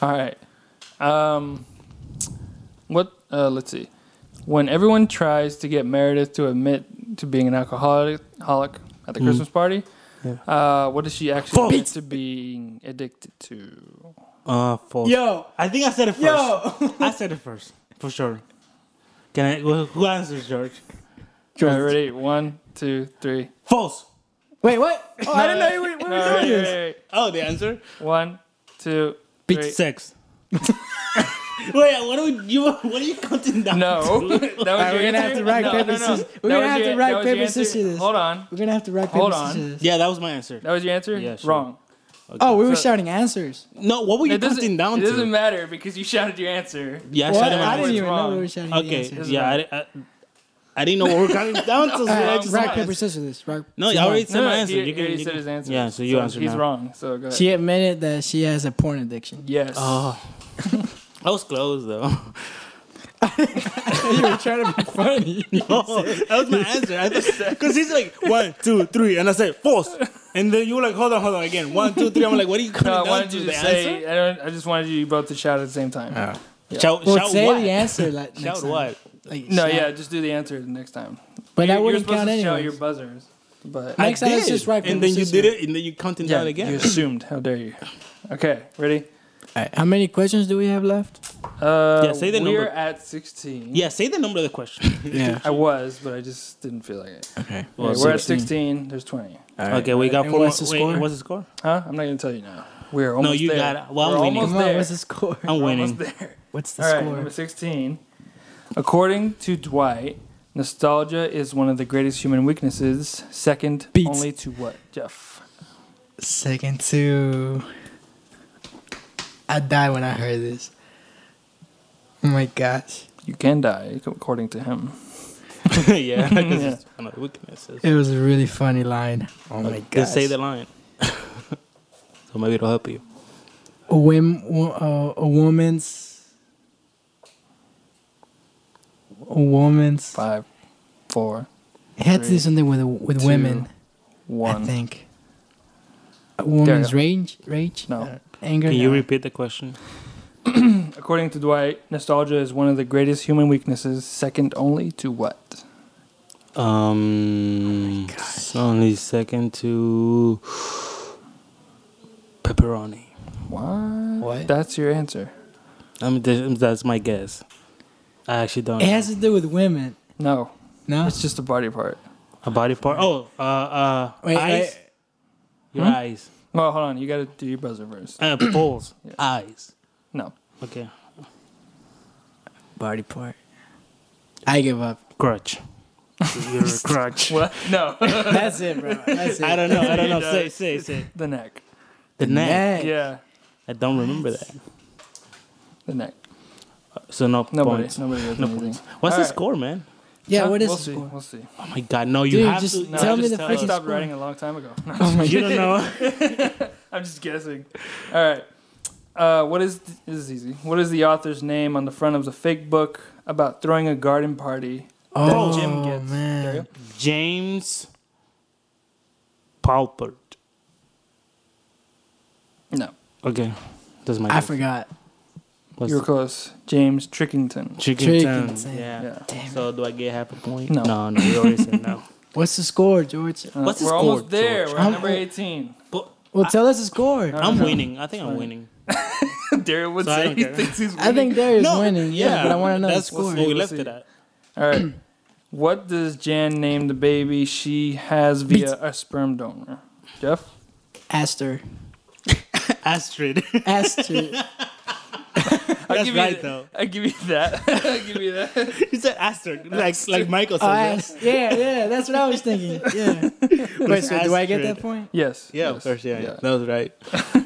S3: All right. Um, what? Uh, let's see. When everyone tries to get Meredith to admit to being an alcoholic alcoholic at the
S2: Mm.
S3: Christmas party,
S2: Yeah.
S3: uh, what does she actually admit
S2: False.
S3: to being addicted to?
S2: Uh, false.
S1: Yo,
S2: I think I said it first.
S1: yo.
S2: I said it first for sure. Can I? Who who answers, George?
S3: All right, ready? One, two, three.
S2: False.
S1: Wait, what? Oh, I didn't know you were, we
S3: All
S1: were doing
S3: right, ready,
S1: this.
S3: ready?
S2: Oh, the answer.
S3: One, two,
S2: Beach
S3: three.
S2: sex. Wait, what are we, you? What are you counting down?
S3: No, that was
S1: right,
S3: your
S1: we're gonna have
S3: answer?
S1: to rock,
S3: No,
S1: paper,
S3: no, no.
S1: scissors.
S3: That
S1: We're gonna
S3: was
S1: have
S3: your-
S1: to
S3: that
S1: rock,
S3: was your
S1: paper,
S3: answer?
S1: scissors.
S3: Hold on,
S1: We're gonna have to rock, paper,
S3: Hold on.
S1: scissors.
S2: Yeah, that was my answer.
S3: that was your answer.
S2: Yeah, sure.
S3: Wrong.
S1: Oh, we were
S3: So-
S1: shouting answers.
S2: No, what were you
S3: It doesn't,
S2: counting down
S3: it doesn't
S2: to?
S3: matter because you shouted your answer.
S2: Yeah, I
S1: What?
S2: said it
S1: I,
S2: was-
S1: didn't even know we
S3: wrong.
S1: were shouting the
S2: Okay,
S1: answers.
S2: yeah, I, di- I, I didn't know what we're counting down to. so
S1: All
S2: I
S1: right,
S2: just-
S1: rock, paper, scissors. Rock,
S2: no, I
S1: Come on.
S2: already said
S3: No,
S2: my
S3: no,
S2: answer.
S3: He,
S2: you
S3: he
S2: can,
S3: already
S2: you
S3: said
S2: can-
S3: his answer.
S2: Yeah, so you
S3: so
S2: answer
S3: He's
S2: now.
S3: wrong. So go ahead.
S1: She admitted
S3: Oh.
S1: that she has a porn addiction.
S3: yes.
S2: Oh, I was close though.
S1: you were trying to be funny.
S2: Oh, that was my answer. I because he's like one, two, three, and I said false, and then you were like, hold on, hold on, again, one, two, three. I'm like, what are you coming
S3: No, I
S2: down
S3: wanted
S2: to?
S3: you
S2: The
S3: to
S2: answer?
S3: say. I, don't, I just wanted you both to shout at the same time.
S2: Oh.
S3: Yeah.
S2: Shout,
S1: Well,
S2: shout
S1: say
S2: what?
S1: the answer. Like,
S2: Shout
S1: next time.
S2: what?
S1: Like,
S3: no,
S1: shout.
S3: yeah, just do the answer the next time.
S1: But
S3: you,
S1: that wouldn't
S3: you're
S1: count
S3: supposed to shout your
S1: anyway.
S3: buzzers, but
S1: Next time, it's
S2: did.
S1: just right.
S2: and then you did it, and then you counting down again.
S3: you assumed. How dare you? Okay, ready?
S1: How many questions do we have left?
S3: Uh,
S2: Yeah, say the
S3: we're
S2: number.
S3: at 16.
S2: Yeah, say the number of the question.
S1: Yeah.
S3: I was, but I just didn't feel like it.
S1: okay.
S2: Well,
S3: Okay, we're at
S1: 16.
S3: 16. There's 20.
S2: Okay, we got
S1: And
S2: four.
S1: what's
S2: more-
S1: the
S2: wait,
S1: score?
S2: What's the score?
S3: Huh? I'm not gonna tell you now. We're almost
S2: you
S3: there.
S2: got it. Well, I'm
S3: we're
S2: winning.
S3: almost
S1: Come on,
S3: there.
S1: what's the score?
S2: I'm
S3: We're
S2: winning.
S3: Almost there.
S1: What's the
S3: All right,
S1: score?
S3: number 16. According to Dwight, nostalgia is one of the greatest human weaknesses, second
S1: Beats.
S3: only to what, Jeff?
S1: Second to. I died when I heard this. Oh my gosh.
S3: You can die, according to him.
S2: yeah, 'cause
S3: Yeah.
S2: it's one of the weaknesses.
S1: It was a really funny line. Oh my gosh.
S2: Just say the line. so maybe it'll help you.
S1: A, whim, wo- uh, a woman's. A woman's.
S3: Five, four,
S1: It had to
S3: three,
S1: do something with, with
S3: two,
S1: women, I
S3: one.
S1: think. A woman's
S3: go.
S1: rage? Rage?
S3: No.
S1: Uh, anger?
S2: Can you
S1: No.
S2: repeat the question?
S3: According to Dwight, nostalgia is one of the greatest human weaknesses, second only to what?
S2: Um, it's only second to pepperoni.
S3: What?
S1: What?
S3: That's your answer.
S2: I mean, th- that's my guess. I actually don't.
S1: It
S2: know.
S1: has to do with women.
S3: No,
S1: No?
S3: it's just a body part.
S2: a body part. Oh, uh, uh,
S1: Wait,
S2: eyes.
S1: wait.
S2: Your
S3: Hmm?
S2: eyes.
S3: Well, hold on. You gotta do your buzzer first.
S2: Uh, balls.
S3: Yeah.
S2: Eyes.
S3: No.
S2: Okay.
S1: Body part. I give up.
S2: Crutch. Your crutch.
S3: What? No.
S1: That's it, bro. That's it.
S2: I don't know. I don't know. say, say, say.
S3: the neck.
S2: The neck.
S3: Yeah,
S2: I don't remember that.
S3: the neck.
S2: So no
S3: Nobody.
S2: points.
S3: Nobody does
S2: No
S3: anything.
S2: points. What's the
S3: Alright.
S2: score, man?
S1: Yeah,
S3: Huh?
S1: what is
S3: we'll
S1: the
S3: see.
S1: score?
S3: We'll see.
S2: Oh my God! No, you
S1: Dude,
S2: have
S1: just
S2: to.
S1: tell
S3: I
S1: me
S3: just
S1: the
S3: tell- I
S1: freaking
S3: stopped
S1: score.
S3: writing a long time ago. No,
S1: Oh my
S2: You don't know.
S3: I'm just guessing. All right. Uh, what is th- this is easy? What is the author's name on the front of the fake book about throwing a garden party?
S1: Oh,
S3: that Jim gets. There you
S1: man.
S3: go.
S2: James Palpert.
S3: No,
S2: Okay, that's my.
S1: I
S2: guess.
S1: forgot.
S2: What's
S3: you were close. James Trickington.
S2: Chicken,
S1: Chicken
S2: tongue,
S1: tongue.
S2: Yeah.
S3: Yeah.
S1: Damn
S2: So do I get half a point?
S3: No.
S2: no, no you already said no.
S1: What's the score, George?
S3: Uh,
S2: What's the
S3: we're
S2: score,
S3: almost there.
S2: George?
S3: We're at
S1: I'm-
S3: number 18.
S2: But
S1: Well, tell us the score.
S3: No,
S2: I'm
S3: no.
S2: winning. I think I'm winning.
S3: Derek would
S2: So I
S3: say
S2: don't
S3: he
S2: care.
S3: thinks he's
S1: I think Darius winning. Yeah, but I want to know the
S2: That's
S1: score.
S2: what we
S3: We'll
S2: left
S3: see.
S2: it at.
S3: All right. What does Jan name the baby she has via a sperm donor? Jeff?
S1: Aster.
S2: Astrid.
S1: Aster.
S3: I'll
S2: That's
S3: give
S2: right,
S3: you,
S2: though.
S3: I give you that. I give you that.
S2: you said Astrid, like like Michael
S1: oh,
S2: said.
S1: Ast- yeah, yeah. That's what I was thinking. Yeah. Wait, so do I get that point?
S3: Yes.
S2: Yeah,
S3: yes,
S2: of course, yeah, that was right.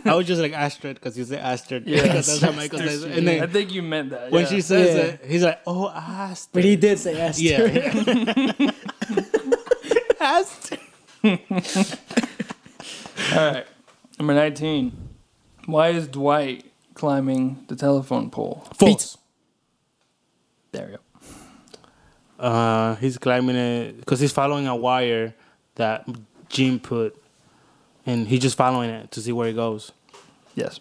S2: I was just like Astrid because you said Astrid.
S3: Yeah.
S2: that's how Michael says. it. And
S3: I
S2: then
S3: think you meant that.
S2: when
S3: yeah.
S2: she says
S1: Yeah.
S2: it, he's like, "Oh, Astrid."
S1: But he did say Aster.
S2: Yeah.
S1: Aster.
S3: All right. Number 19. Why is Dwight climbing the telephone pole?
S2: False.
S3: There we go.
S2: Uh, he's climbing it because he's following a wire that Jim put, and he's just following it to see where it goes.
S3: Yes.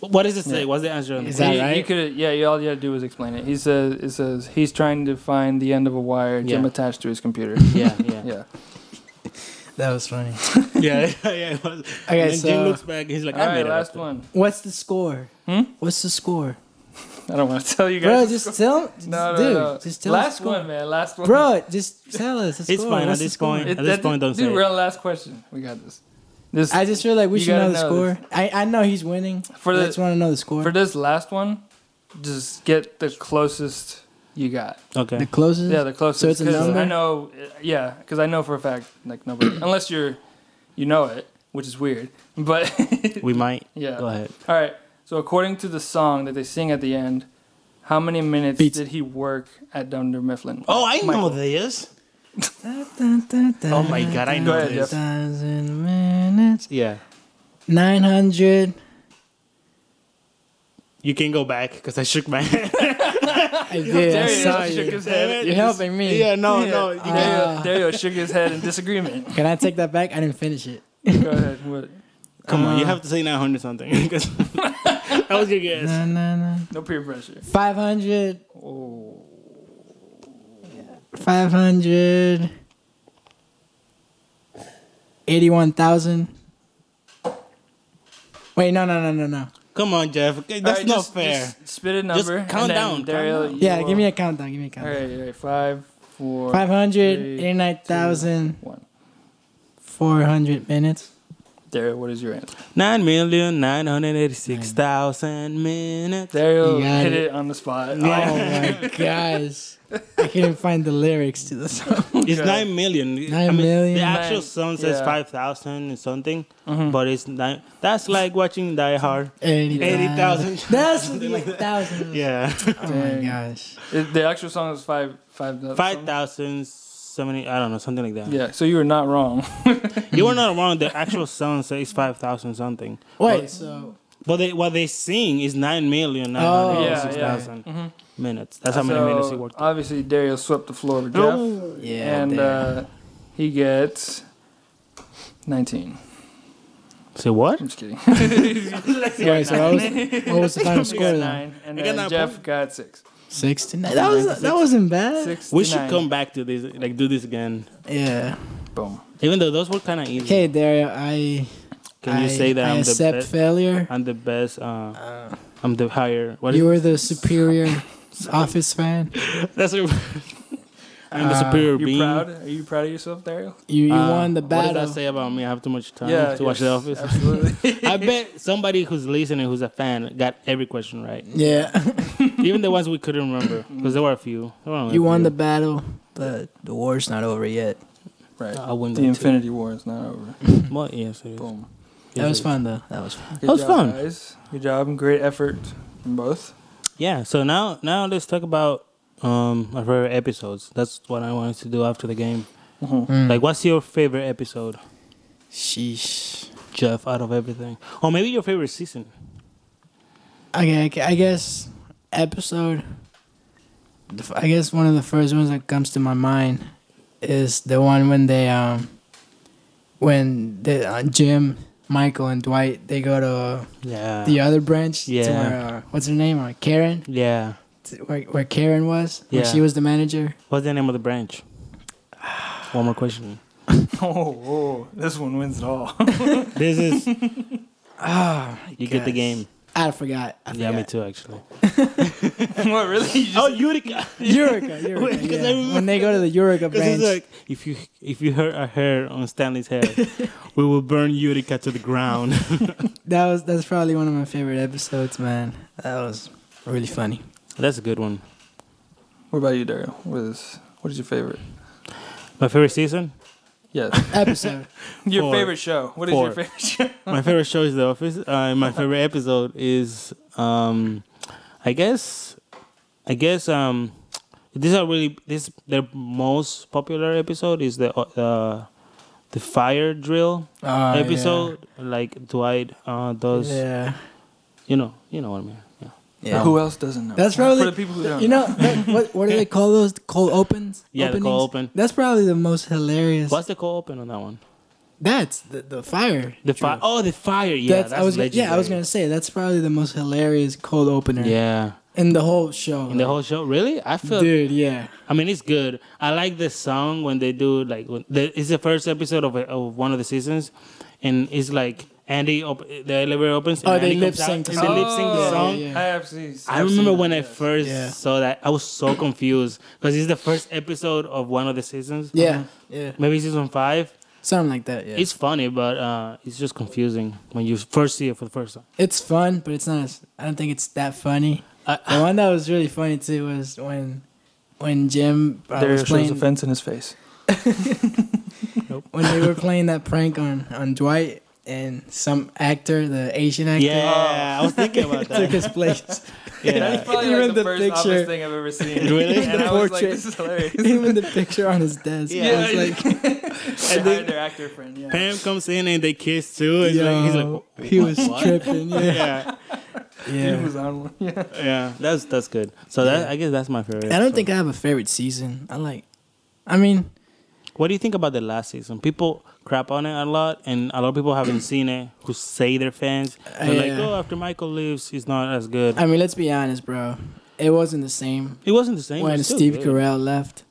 S2: What does it say?
S3: Yeah.
S2: What's the answer? On the
S1: Is that
S3: you, You
S1: right?
S3: could, yeah, you, all you had to do was explain it. He says, it says he's trying to find the end of a wire Jim
S2: Yeah.
S3: attached to his computer.
S2: yeah, yeah,
S3: yeah.
S1: That was funny.
S2: yeah, yeah. yeah it was.
S1: Okay,
S2: and then
S1: so-
S2: Jim looks back. He's like,
S3: All
S2: "I made
S3: right,
S2: it
S3: last
S2: up."
S3: one.
S1: What's the score?
S3: Hmm?
S1: What's the score?
S3: I don't want to tell you guys.
S1: Bro,
S3: the
S1: just
S3: score.
S1: tell.
S3: no, no,
S1: dude,
S3: no.
S1: just tell us
S3: last
S1: the score.
S3: one, man. Last one.
S1: Bro, just tell us. The
S2: It's
S1: score.
S2: fine,
S1: What's
S2: at
S1: the
S2: this
S1: score?
S2: point- At this
S3: that-
S2: point, don't
S3: dude,
S2: say it.
S3: we're on last question. We got this. This
S1: I just feel like we
S3: You
S1: should know
S3: gotta
S1: the
S3: know
S1: score. I, I know he's winning.
S3: For
S1: I
S3: the-
S1: just want to know the score.
S3: for this last one. Just get the closest you got.
S2: Okay.
S1: the closest.
S3: Yeah, the closest.
S1: So it's a
S3: 'cause
S1: number?
S3: I know. Yeah, because I know for a fact, like nobody, unless you're, you know it, which is weird. But
S2: We might.
S3: Yeah.
S2: Go ahead.
S3: all right. So according to the song that they sing at the end, how many minutes
S1: Beats.
S3: did he work at Dunder Mifflin?
S2: Oh, I know
S3: Michael.
S2: this.
S1: oh
S2: Oh my god, I
S3: Go
S2: know
S3: ahead,
S2: this.
S3: Jeff.
S1: Thousand minutes.
S2: Yeah.
S1: Nine hundred.
S2: You can go back because I shook my head.
S1: I did. I
S3: Darius
S1: saw
S3: shook
S1: you.
S3: his head.
S1: You're helping me.
S2: Yeah, no, Oh, no. You
S3: Yeah.
S2: guys-
S1: Uh,
S3: Dario shook his head in disagreement.
S1: Can I take that back? I didn't finish it.
S3: Go ahead. What?
S2: Ah. come on, you
S1: uh,
S2: have to say 900 something. 'cause- that was your guess.
S1: No, no, no.
S3: No peer pressure.
S1: 500.
S3: Oh,
S1: 500. 81,000. Wait, no, no, no, no, no.
S2: Come on, Jeff. Okay, That's
S3: Alright,
S2: not
S3: just-
S2: fair.
S3: Just spit a number. and
S2: count
S3: then
S2: down, count
S3: Dario,
S2: down.
S3: you
S1: Yeah,
S3: will-
S1: give me a countdown. Give me a
S3: All
S1: countdown.
S3: right, all right. Five, four,
S1: Five hundred
S3: three,
S1: eighty-nine thousand
S3: one.
S1: four hundred minutes.
S3: Dario, what is your answer?
S2: Nine million nine hundred eighty-six thousand minutes.
S3: Dario
S1: You got
S3: hit
S1: it.
S3: it. on the spot.
S1: Oh my gosh. I couldn't find the lyrics to the song.
S2: It's
S3: Okay.
S2: nine million.
S1: Nine million.
S2: The actual
S3: Nine-
S2: song says
S3: yeah.
S2: five thousand and something,
S3: Mhm.
S2: but it's nine. That's like watching Die Hard. 80,000.
S1: That's like
S3: Mm.
S1: thousand.
S2: Yeah,
S1: Oh my
S3: Dang.
S1: gosh.
S3: It- the actual song is five, five,
S2: five thousand seventy. I don't know, something like that.
S3: Yeah, so you were not wrong.
S2: You were not wrong. The actual song says five thousand something,
S1: Wait, so
S2: but they, what they sing is nine million nine
S1: Oh,
S2: hundred
S1: yeah,
S2: eighty-six thousand
S3: Mhm.
S2: minutes. That's how many
S3: So,
S2: minutes he worked.
S3: Obviously, Dario swept the floor with Jeff,
S1: yeah.
S3: and
S1: damn.
S3: uh, he gets nineteen.
S2: Say what?
S3: I'm just kidding.
S1: Wait, so what was, what was the final
S3: He
S1: score
S3: got
S1: then?
S3: nine, and
S2: I got
S3: then
S2: nine
S3: Jeff
S2: points.
S3: got six.
S1: Six to nine. That was that wasn't bad.
S3: Six.
S2: We
S3: to
S2: should
S3: nine.
S2: come back to this. Like do this again.
S1: Yeah.
S3: Boom.
S2: Even though those were kind of easy.
S1: Okay, Dario, I
S2: Can you
S1: I-
S2: say that
S1: I
S2: I'm the
S1: accept
S2: best?
S1: failure.
S2: I'm the best. Uh, I'm the higher. What is
S1: you were the superior office fan.
S2: that's? A, I'm the
S1: Uh,
S2: superior
S3: You
S2: being.
S3: proud? Are you proud of yourself, Dario?
S1: You you
S2: Uh,
S1: won the
S2: What does that
S1: battle.
S2: say about me? I have too much time
S3: yeah.
S2: to watch The
S3: yes,
S2: Office.
S3: Absolutely.
S2: I bet somebody who's listening, who's a fan, got every question right.
S1: Yeah.
S2: Even the ones we couldn't remember, because there were a few. There were only
S1: You
S2: a
S1: won
S2: few.
S1: the battle. The the war's not over yet.
S3: right.
S2: I won
S3: The Infinity War is not over.
S2: Well, yes, it is.
S3: Boom.
S1: That was fun though. That was fun.
S3: Good
S2: was
S3: job,
S2: fun.
S3: Guys. Good job. Great effort from both.
S2: Yeah. So now, now let's talk about um our favorite episodes. That's what I wanted to do after the game.
S3: Mm-hmm.
S1: Hmm.
S2: Like, what's your favorite episode,
S1: Sheesh.
S2: Jeff? Out of everything, or maybe your favorite season?
S1: Okay, I gu- I guess episode. the f- I guess one of the first ones that comes to my mind is the one when they um, when the uh, Jim, Michael, and Dwight they go to uh,
S2: Yeah.
S1: the other branch. To
S2: Yeah.
S1: where, uh, what's her name? Uh, Karen.
S2: yeah.
S1: To Where, where Karen was. Yeah.
S2: Yeah.
S1: she was the manager.
S2: What's the name of the branch? One more question.
S3: Oh, oh, this one wins it all.
S2: This is
S1: Ah, oh,
S2: you get the game.
S1: I forgot. I
S2: Yeah, me
S1: forgot.
S2: too, actually.
S3: what really? You just,
S2: Oh, Utica.
S1: Eureka, Eureka.
S2: Because
S1: yeah.
S2: I remember-
S1: When they go to the Eureka
S2: Because
S1: branch,
S2: it's like if you if you hurt a hair on Stanley's head, we will burn Utica to the ground.
S1: that was that's probably one of my favorite episodes, man. That was really funny.
S2: That's a good one.
S3: what about you, Dario? What is what is your favorite?
S2: My favorite season.
S3: Yes,
S1: Episode.
S3: your
S2: Four.
S3: favorite show. What is your
S2: Four.
S3: favorite show?
S2: My favorite show is The Office. Uh, my favorite episode is, um, I guess, I guess um, these are really this their most popular episode is the uh, the fire drill
S1: Oh,
S3: Ah,
S2: episode. Like Dwight uh, does,
S1: Yeah.
S2: you know, you know what I mean. Yeah.
S1: Yeah.
S3: Who else doesn't know?
S1: That's
S3: for
S1: probably
S3: the people who don't.
S1: you know that, what what do they call those cold opens?
S2: Yeah, the
S1: openings?
S2: call open.
S1: That's probably the most hilarious.
S2: What's the call open on that one?
S1: That's the, the fire.
S2: The
S1: drill.
S2: fire. Oh, the fire. Yeah, that's,
S1: I was gonna- yeah I was
S2: legendary.
S1: gonna say that's probably the most hilarious cold opener
S2: Yeah,
S1: in the whole show.
S2: in the whole show, Uh-huh. really? I feel.
S1: dude, yeah.
S2: I mean, it's good. I like the song when they do like when the, it's the first episode of, of one of the seasons, and it's like Andy op- the elevator opens. And
S1: Oh, they
S2: Andy comes
S1: lip sync
S2: out,
S1: the
S2: and They
S1: song.
S2: lip sync
S1: Yeah,
S3: Oh,
S2: the song.
S1: yeah,
S3: I have seen.
S2: I remember when I
S3: first.
S2: first
S1: Yeah.
S2: saw that, I was so confused because it's the first episode of one of the seasons.
S1: Yeah, yeah,
S2: Maybe season five.
S1: something like that. Yeah,
S2: It's funny, but uh, it's just confusing when you first see it for the first time.
S1: It's fun, but it's not. As, I don't think it's that funny.
S2: I-
S1: the one that was really funny too was when, when Jim uh,
S3: Dario
S1: was
S3: shows
S1: playing
S3: offense in his face.
S1: when they were playing that prank on on Dwight and some actor, the Asian actor,
S2: Yeah, I was thinking about
S1: took
S2: that.
S1: his place.
S2: yeah.
S3: That's probably
S1: Even
S3: like the,
S1: the
S3: first
S1: picture.
S3: office thing I've ever seen.
S2: Really?
S3: And
S1: The
S3: I was like,
S1: portrait.
S3: this is hilarious.
S1: Even the picture on his desk.
S2: Yeah.
S1: I was like,
S3: They hired their actor friend. Yeah.
S2: Pam comes in and they kiss too. It's
S1: yo,
S2: like, he's like,
S1: he was
S2: "What?"
S1: tripping. Yeah.
S2: yeah.
S1: Yeah.
S3: He was on one. Yeah.
S2: Yeah, that's that's good. So that I guess that's my favorite.
S1: I don't
S2: So-
S1: think I have a favorite season. I like, I mean,
S2: What do you think about the last season? People crap on it a lot, and a lot of people haven't seen it who say they're fans. They're like,
S1: Yeah.
S2: oh, after Michael leaves, he's not as good.
S1: I mean, let's be honest, bro. It wasn't the same
S2: it wasn't the same.
S1: when
S2: it's still
S1: Steve
S2: good.
S1: Carell left,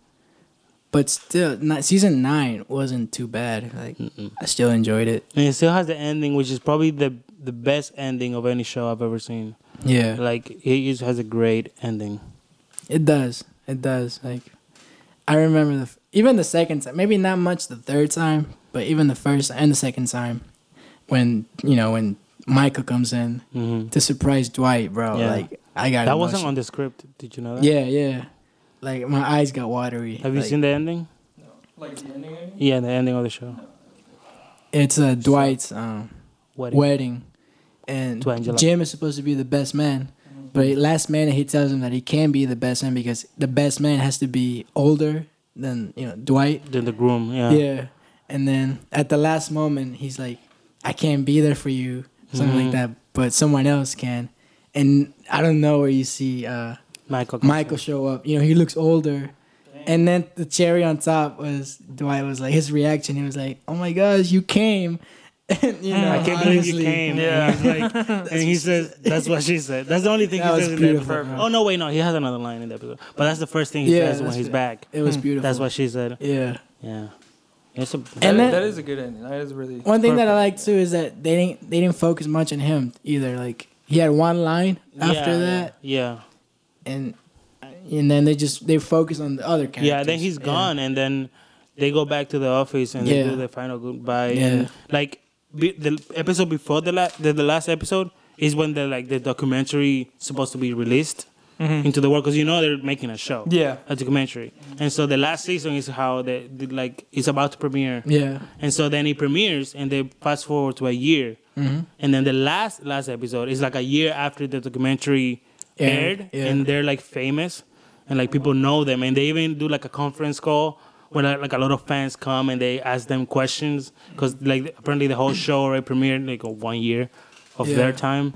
S1: but still, not, season nine wasn't too bad. Like,
S2: Mm-mm.
S1: I still enjoyed it.
S2: And it still has the ending, which is probably the the best ending of any show I've ever seen.
S1: Yeah,
S2: Like it just has a great ending.
S1: it does. It does. Like, I remember the f- even the second time, maybe not much the third time, but even the first and the second time, when you know when Michael comes in
S2: hmm
S1: to surprise Dwight, bro.
S2: Yeah.
S1: Like, I got
S2: That wasn't
S1: emotional.
S2: on the script. Did you know that?
S1: Yeah, yeah. Like my eyes got watery.
S2: Have you
S1: Like,
S2: seen the ending?
S3: Like the ending. ending?
S2: Yeah, the ending of the show.
S1: It's uh, Dwight's um,
S2: What?
S1: wedding, and
S2: To Angela.
S1: Jim is supposed to be the best man, but he- last man he tells him that he can be the best man because the best man has to be older than you know Dwight.
S2: Then the groom. Yeah.
S1: Yeah, and then at the last moment he's like, "I can't be there for you," something
S2: Mhm.
S1: like that, but someone else can. And I don't know where you see uh,
S2: Michael. comes
S1: Michael show up. You know, he looks older. And then the cherry on top was Dwight was like his reaction. He was like, "Oh my gosh, you came!" And, you
S2: in.
S1: know,
S2: I can't believe you
S1: honestly,
S2: came.
S3: Yeah.
S2: And, he's like- and he says, "That's what she said." That's the only thing
S1: That
S2: he
S1: was
S2: says in the
S1: beautiful.
S2: episode.
S3: Perfect.
S2: Oh no, wait, no, he has another line in the episode. But that's the first thing he
S1: Yeah,
S2: says when
S1: that's
S2: he's
S1: it.
S2: back.
S1: It was beautiful.
S2: Hmm. That's what she said.
S1: Yeah.
S2: Yeah. It's a,
S3: That-
S1: And then-
S3: that is a good ending. That is really.
S1: One thing that I
S2: Perfect.
S1: like too is that they didn't they didn't focus much on him either. Like he had one line
S2: yeah,
S1: after that,
S2: Yeah.
S1: and and then they just they focus on the other
S2: Yeah.
S1: characters.
S2: then he's
S1: Yeah.
S2: gone and then they go back to the office and
S1: Yeah.
S2: they do the final goodbye.
S1: Yeah.
S2: And, like be, the episode before the, la- the the last episode is when the like the documentary supposed to be released
S1: Mm-hmm.
S3: Mhm.
S2: into the world because you know they're making a show.
S3: Yeah.
S2: a documentary. And so the last season is how they, they, like it's about to premiere.
S1: Yeah.
S2: And so then it premieres and they fast forward to a year. And then the last last episode is like a year after the documentary
S1: Aired,
S2: aired
S1: yeah.
S2: and they're like famous and like people know them and they even do like a conference call where like, like, a lot of fans come and they ask them questions cuz like apparently the whole show already premiered like one year of
S1: Yeah.
S2: their time.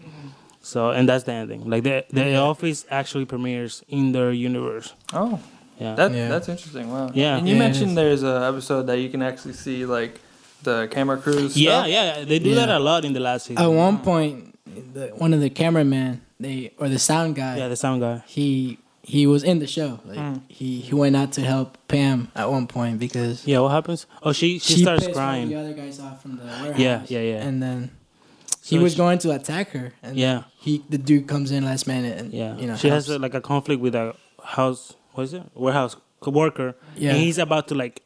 S2: So and that's the ending. Like the the office actually premieres in their universe.
S3: Oh,
S2: Yeah.
S3: that
S1: Yeah.
S3: that's interesting. Wow.
S2: Yeah.
S3: And you
S1: Yeah, it is.
S3: mentioned there's a episode that you can actually see like the camera crews.
S2: Yeah,
S3: stuff.
S2: yeah, they do that
S1: Yeah. Oh,
S2: a lot in the last season.
S1: At one point, the, one of the cameramen they or the sound guy
S2: yeah, Hmm. the sound guy.
S1: he he was in the show. Like
S3: Mm.
S1: he he went out to help Pam at one point because
S2: Yeah, what happens? Oh, she she, starts
S1: pissed One
S2: crying.
S1: of the other guys off from the warehouse.
S2: Yeah, yeah, yeah.
S1: And then
S2: So
S1: he was
S2: she-
S1: going to attack her. And
S2: Yeah,
S1: He the dude comes in last minute and
S2: yeah.
S1: you know
S2: she
S1: helps.
S2: has uh, like a conflict with a house. What is it? Warehouse worker.
S1: Yeah.
S2: and he's about to like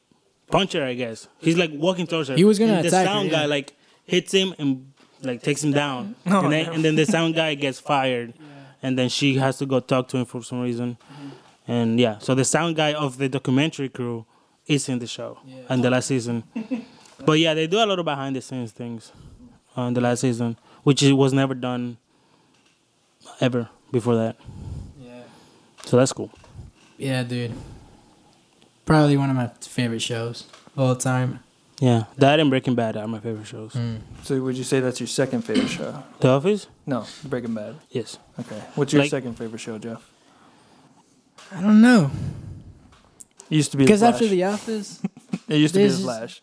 S2: punch her. I guess he's like walking towards her.
S1: He was gonna
S2: And the
S1: attack her,
S2: sound
S1: yeah.
S2: guy like hits him and like takes him down. and, then, and then the sound guy gets fired, and then she has to go talk to him for some reason.
S1: Mm-hmm.
S2: And yeah, so the sound guy of the documentary crew is in the show in the last season. but yeah, they do a lot of behind the scenes things on the last season, which it was never done ever before that.
S1: yeah.
S2: So that's cool.
S1: yeah, dude. Probably one of my favorite shows of all time.
S2: Yeah, that and Breaking Bad are my favorite shows.
S1: Mm.
S3: So would you say that's your second favorite show?
S2: The Office,
S3: No, Breaking Bad.
S2: yes.
S3: Okay. What's your
S2: Like-
S3: second favorite show, Jeff?
S1: I don't know
S3: It used to be
S1: because
S3: the
S1: after
S3: Flash.
S1: The Office,
S3: it used to be the
S1: this is-
S3: Flash.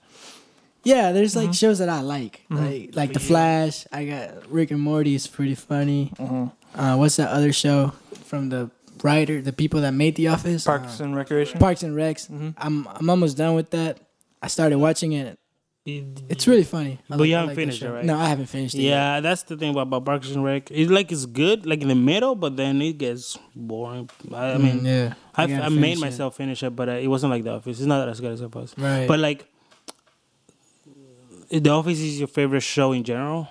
S1: yeah, there's like
S2: Mm-hmm.
S3: Mhm.
S1: shows that I like,
S3: Mhm.
S1: like like
S2: For
S1: The
S2: you.
S1: Flash. I got Rick and Morty is pretty funny.
S3: hmm
S1: uh, what's that other show from the writer, the people that made The Office?
S3: Parks
S2: Ah.
S3: and Recreation.
S1: uh, Parks and Recs.
S3: Mhm.
S1: I'm I'm almost done with that. I started watching it. It's really funny. I
S2: But you
S1: I
S2: haven't
S1: that
S2: finished it,
S1: show.
S2: right?
S1: No, I haven't finished it. yet.
S2: Yeah, that's the thing about, about Parks and Rec. It's like it's good, like in the middle, but then it gets boring. I, I
S1: Mm,
S2: mean,
S1: yeah.
S2: I,
S1: You gotta
S2: I made
S1: finish it.
S2: myself finish it, but uh, it wasn't like The Office. It's not as good as it was.
S1: Right.
S2: But like, The Office is your favorite show in general.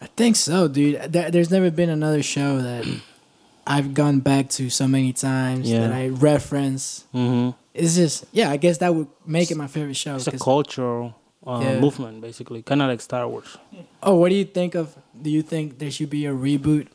S1: I think so, dude. There, there's never been another show that I've gone back to so many times
S2: Yeah.
S1: that I reference.
S2: Mm-hmm.
S1: It's just, yeah, I guess that would make it my favorite show.
S2: It's a
S1: 'cause-
S2: cultural uh,
S1: Yeah.
S2: movement, basically, kind of like Star Wars.
S1: oh, what do you think of? Do you think there should be a reboot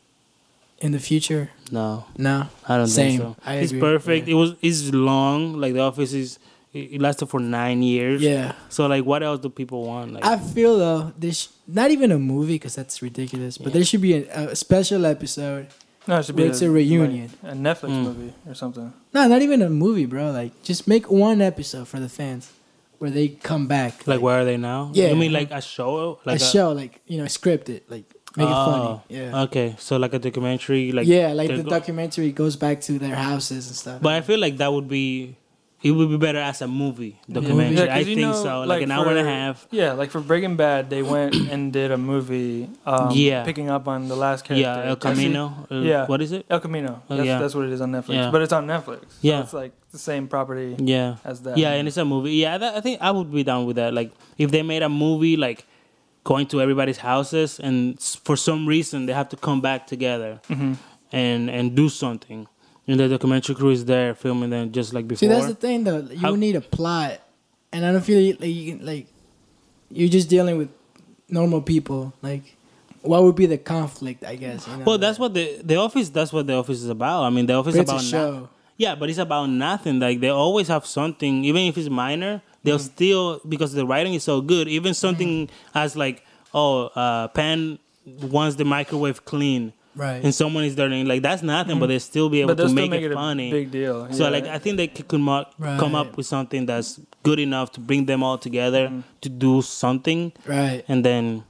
S1: in the future?
S2: No,
S1: No.
S2: I don't
S1: Same.
S2: think so.
S1: I
S2: it's
S1: agree.
S2: perfect.
S1: Yeah.
S2: It was. It's long. Like The Office is it it lasted for nine years.
S1: Yeah.
S2: So like, what else do people want? Like,
S1: I feel though this not even a movie because that's ridiculous, but
S2: Yeah.
S1: there should be a, a special episode.
S3: No, it should be
S1: It's a reunion.
S3: like, a Netflix
S2: Mm.
S3: movie or something.
S1: No, not even a movie, bro. Like just make one episode for the fans where they come back.
S2: like where are they now?
S1: Yeah.
S2: You mean like a show? Like
S1: a, show, like you know, script it, like make it funny.
S2: Oh,
S1: Yeah.
S2: Okay, so like a documentary, like
S1: yeah, like
S2: they're
S1: the
S2: go-
S1: documentary goes back to their houses and stuff.
S2: But I feel like that would be, it would be better as a movie documentary.
S3: Yeah, 'cause
S2: I
S3: you
S2: think
S3: know,
S2: so, like, an hour and
S3: for-
S2: a half.
S3: Yeah, like for Breaking Bad, they went and did a movie. Um,
S2: Yeah.
S3: picking up on the last character.
S2: Yeah, El
S3: That's it.
S2: Camino. uh,
S3: Yeah.
S2: What is it?
S3: El Camino.
S2: Oh,
S3: That's,
S2: yeah.
S3: that's what it is on Netflix.
S2: Yeah.
S3: But it's on Netflix. So
S2: Yeah.
S3: it's like the same property
S2: Yeah.
S3: as that.
S1: Um,
S2: Yeah, and it's a movie. Yeah, that, I think I would be down with that. Like, if they made a movie, like going to everybody's houses, and s- for some reason they have to come back together
S3: Mhm.
S2: and and do something, and the documentary crew is there filming them just like
S1: See,
S2: before.
S1: that's the thing though. You
S2: How-
S1: need a plot, and I don't feel like you can, like you're just dealing with normal people. Like, what would be the conflict? I guess. You know?
S2: well, that's what the the office. That's what the office is about. I mean, the office
S1: But
S2: is
S1: it's a
S2: about na-
S1: show.
S2: Yeah, but it's about nothing. Like they always have something, even if it's minor, they'll
S1: Mm.
S2: still because the writing is so good. Even something as like, oh, uh, Pan wants the microwave clean,
S1: Right.
S2: and someone is dirty. Like that's nothing, but they still be able
S3: but they'll
S2: to
S3: still
S2: make,
S3: make
S2: it,
S3: it,
S2: funny.
S3: a big deal.
S2: So
S3: Yeah.
S2: like I think they could come up, come
S1: Right.
S2: up with something that's good enough to bring them all together to do something,
S1: right.
S2: and then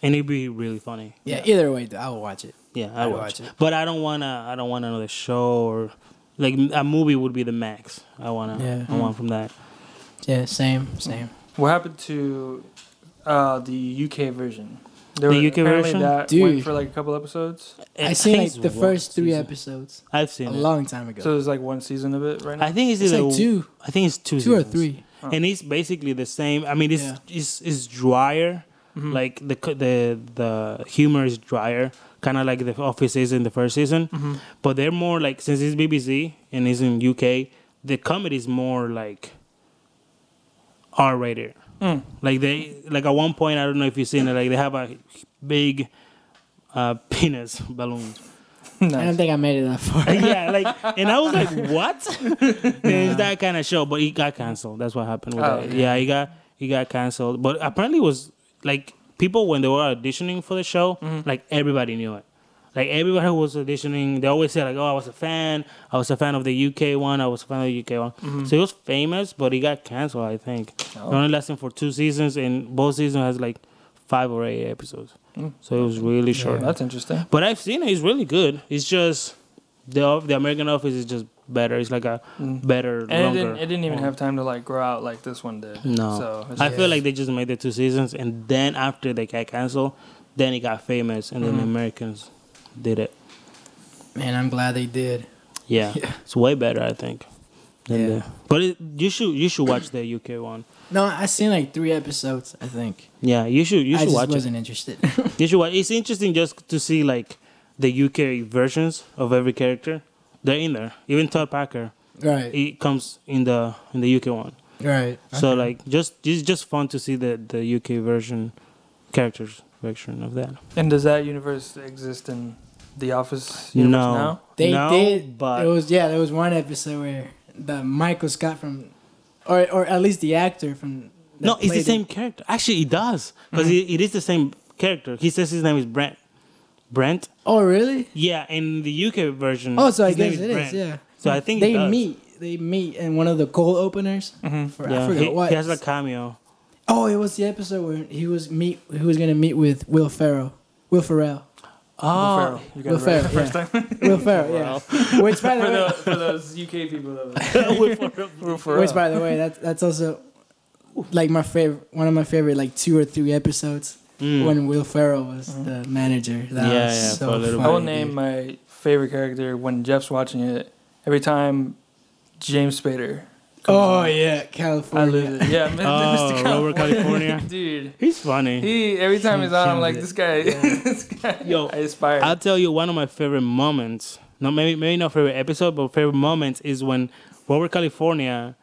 S2: and it'd be really funny.
S1: Yeah. Either way, though, I will watch it.
S2: Yeah, I
S1: I'd
S2: watch
S1: watch
S2: it.
S1: it.
S2: But I don't wanna. I don't want another show or like m- a movie would be the max. I wanna.
S1: Yeah.
S2: I want from that.
S1: Yeah. Same. Same.
S3: What happened to uh, the UK version? There
S2: The UK
S3: apparently
S2: version?
S3: that went
S1: Dude.
S3: for like a couple episodes.
S1: I
S2: It
S1: seen like
S2: takes
S1: the
S2: one
S1: first three
S2: season.
S1: episodes
S2: I've
S1: a
S2: seen it.
S1: long time ago.
S3: So there's like one season of it right now.
S2: I think it's,
S1: it's
S2: either
S1: like two,
S2: I think it's two.
S1: two or
S2: seasons.
S1: three.
S2: And it's basically the same. I mean, it's it's, it's drier. Like the co- the the humor is drier, kind of like the Office is in the first season.
S3: Mm-hmm.
S2: But they're more like since it's BBC and it's in UK, the comedy is more like R rated.
S3: Mm.
S2: Like they like at one point I don't know if you've seen it. Like they have a big uh, penis balloon.
S1: I don't
S3: nice.
S1: think I made it that far.
S2: yeah, like and I was like, what? It's that kind of show, but it got canceled. That's what happened with
S3: Oh,
S2: it.
S3: okay.
S2: Yeah, it got it got canceled. But apparently, it was like people when they were auditioning for the show,
S3: Mm-hmm.
S2: like everybody knew it. Like everybody who was auditioning, they always said like, "Oh, I was a fan. I was a fan of the UK one. I was a fan of the UK one." So it was famous, but it got canceled. I think
S3: Mm-hmm. Oh.
S2: it only lasted for two seasons, and both season has like five or eight episodes. So it was really short.
S3: Mm. Oh, That's interesting.
S2: But I've seen it. It's really good. It's just the of- the American Office is just better. It's like a
S3: Mm.
S2: better
S3: And it
S2: longer.
S3: didn't, it didn't even have time to like grow out like this one did.
S2: no,
S3: So it's
S2: I
S3: just-
S2: feel like they just made the two seasons, and then after they got canceled, then it got famous, and
S3: Mm-hmm.
S2: then Americans did it.
S1: Man, I'm glad they did.
S2: Yeah,
S1: Yeah.
S2: it's way better, I think. Than
S1: Yeah.
S2: the, but it, you should you should watch the UK one.
S1: No, I seen like three episodes. I think.
S2: Yeah, you should you
S1: I
S2: should
S1: just
S2: watch
S1: wasn't interested.
S2: it. You should watch. It's interesting just to see like the UK versions of every character. They're in there. Even Todd Packer,
S1: right.
S2: it comes in the in the UK one.
S1: Right.
S2: So like just it's just fun to see the the UK version characters version of that.
S3: And does that universe exist in the Office universe
S2: no.
S3: now?
S1: They
S2: No,
S1: did,
S2: but-
S1: but it was yeah. There was one episode where the Michael Scott from, or or at least the actor from. that
S2: No, it's the
S1: played
S2: same
S1: it-
S2: character. Actually, it does because it is the same character. He says his name is Brent. Brent.
S1: Oh really?
S2: Yeah, in the UK version.
S1: Oh, so I
S2: Mm, his name
S1: guess it is.
S2: Brent.
S1: Yeah.
S2: So I think it
S1: they
S2: does.
S1: meet. They meet in one of the cold openers. For,
S2: Yeah,
S1: I forgot
S2: he,
S1: what.
S2: he has a cameo.
S1: oh, it was the episode where he was meet. He was gonna meet with Will Ferrell. Will Ferrell.
S2: Oh,
S3: Will Ferrell. You got
S1: Will
S3: it right
S1: Ferrell.
S3: the first
S1: yeah.
S3: time.
S1: Will Ferrell. Yeah. Which by the
S3: for,
S1: way,
S3: the, for those UK people that
S2: Will Ferrell.
S3: were for
S1: Which, by the way, that's that's also like my favorite, one of my favorite, like two or three episodes
S2: Mm.
S1: when Will Ferrell was
S3: Mm.
S1: the manager. That
S2: Yeah,
S1: was
S2: yeah, for a
S1: so
S2: little
S1: funny.
S3: I will
S2: bit.
S3: name my favorite character when Jeff's watching it. Every time James Spader. comes
S1: Oh
S3: on,
S1: yeah,
S3: I
S1: California.
S3: lose it. Yeah,
S2: Oh,
S3: Mr.
S2: Robert California.
S3: dude.
S2: He's funny.
S3: He every time he's on, I'm like this guy. this guy.
S2: Yo,
S3: I aspire.
S2: I'll tell you one of my favorite moments. No, maybe maybe not favorite episode, but favorite moments is when Robert California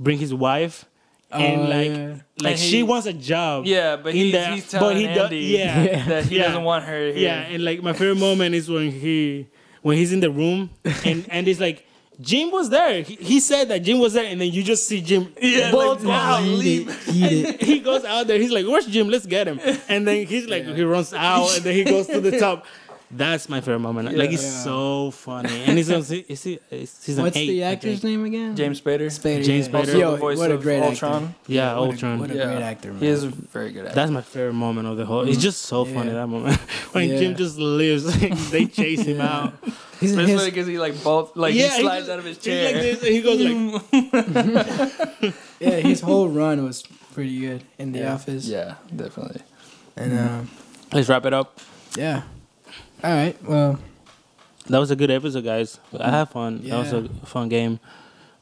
S2: bring his wife and
S1: Oh,
S2: like
S1: yeah.
S2: like
S3: And
S2: she
S3: he-
S2: wants a job.
S3: yeah, but
S2: in
S3: he's,
S2: the-
S3: he's
S2: but
S3: telling
S2: he do-
S3: Andy
S2: yeah. Yeah.
S3: that he
S2: Yeah.
S3: doesn't want her here.
S2: Yeah, and like my favorite moment is when he when he's in the room and and it's like Jim was there. He, he said that Jim was there, and then you just see Jim
S3: Yeah,
S2: bolt
S3: like,
S2: out.
S1: Eat
S3: leave.
S1: it, eat it.
S2: And he goes out there. He's like, "Where's Jim? Let's get him." And then he's like, he runs out, and then he goes to the top. That's my favorite moment. Like it's
S1: Yeah.
S2: so funny, and he's on se- is he, is season
S1: What's
S2: eight.
S1: the
S2: I
S1: actor's
S2: think.
S1: name again?
S3: James Spader.
S1: Spader.
S2: James
S1: yeah.
S2: Spader.
S1: Yo,
S3: the voice
S1: what a
S3: of
S1: great
S3: Ultron.
S1: actor.
S2: Yeah,
S1: what
S2: Ultron.
S1: A, what a
S3: Yeah.
S1: great actor, man.
S3: He is a very good actor.
S2: That's my favorite moment of the whole. It's just so funny
S1: Yeah.
S2: that moment when
S1: Yeah.
S2: Jim just lives. they chase him
S1: Yeah.
S2: out.
S1: He's in
S3: Especially
S1: his,
S3: because he like both like he slides
S2: just-
S3: out of his
S2: he's
S3: chair.
S2: like this, and he goes like,
S1: yeah, his whole run was pretty good in The
S3: yeah.
S1: Office.
S3: Yeah, Mm-hmm. definitely.
S1: And um,
S2: "Let's wrap it up."
S1: yeah. All right. Well,
S2: That was a good episode, guys. I had fun. That was
S1: Yeah.
S2: a fun game.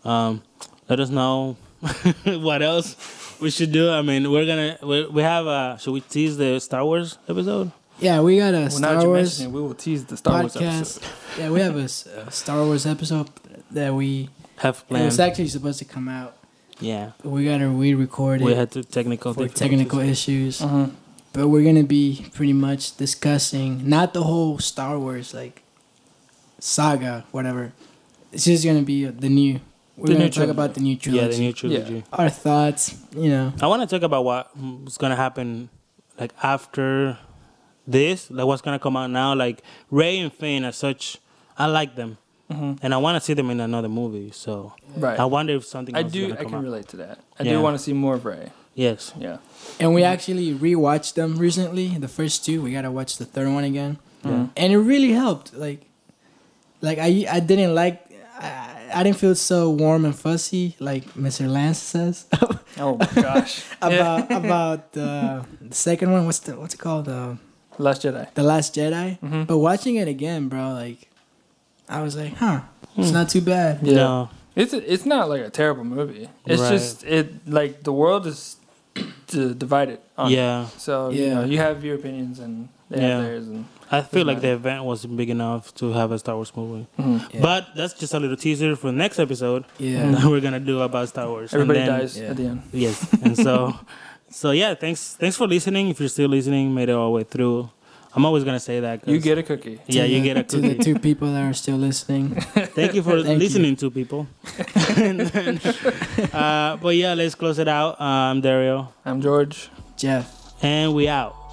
S2: Um, let us know what else we should do. I mean, we're gonna we, we have a. Should we tease the Star Wars episode?
S1: yeah, we got a
S3: Well, now that
S1: Star
S3: you
S1: Wars
S3: mention it, we will tease the Star Wars
S1: podcast.
S3: episode.
S1: yeah, we have a, s- a Star Wars episode that we
S2: Have
S1: it was
S2: planned.
S1: actually supposed to come out.
S2: yeah,
S1: but We got to re-record
S2: we
S1: it
S2: had to technical
S1: for
S2: difficulties.
S1: technical issues.
S2: Oh.
S3: Mhm.
S1: but we're gonna be pretty much discussing not the whole Star Wars like saga, whatever. It's just gonna be the new. We're
S2: The
S1: gonna
S2: new
S1: talk
S2: trilogy.
S1: about the new trilogy.
S2: Yeah, the new trilogy.
S1: Our thoughts, you know.
S2: I want to talk about what's gonna happen, like after this, like what's gonna come out now. Like Ray and Finn are such, I like them,
S3: Mhm.
S2: and I want to see them in another movie. So
S3: Right.
S2: I wonder if something.
S3: I
S2: else Is
S3: do.
S2: gonna
S3: I
S2: come
S3: can
S2: out.
S3: relate to that. I
S2: Yeah.
S3: do want to see more of Ray.
S2: Yes.
S3: Yeah.
S1: And we actually rewatched them recently. The first two, we gotta watch the third one again,
S3: Mhm.
S1: and it really helped. Like, like I I didn't like. I, I didn't feel so warm and fuzzy like Mr. Lance says
S3: Oh my gosh.
S1: about about uh, the second one. What's the what's it called? Uh,
S3: Last Jedi.
S1: The Last
S2: Mm-hmm.
S1: Jedi.
S3: Mhm.
S1: But watching it again, bro, like I was like, huh,
S2: Mm.
S1: it's not too bad.
S3: Yeah.
S2: No.
S3: It's it's not like a terrible movie. It's
S2: Right.
S3: just it like the world is d- divided. On it.
S2: Yeah.
S3: So you
S1: Yeah.
S3: know you have your opinions and they
S2: Yeah.
S3: have theirs and.
S2: I feel like
S3: matter.
S2: the event was big enough to have a Star Wars movie.
S1: Yeah.
S2: But that's just a little teaser for the next episode
S1: yeah,
S2: that we're gonna do about Star Wars. And
S3: Everybody
S2: then-
S3: dies
S1: Yeah.
S3: at the end.
S2: Yes. And so so yeah, thanks thanks for listening. If you're still listening, made it all the way through. I'm always gonna say that 'cause-
S3: You get a cookie.
S2: Yeah,
S1: To
S2: you
S1: the-
S2: get a
S1: to the
S2: cookie.
S1: two people that are still listening.
S2: Thank you for
S1: Thank
S2: listening to people. And then, uh, but yeah, let's close it out. Uh, I'm Dario.
S3: I'm George.
S1: Jeff.
S2: And we out.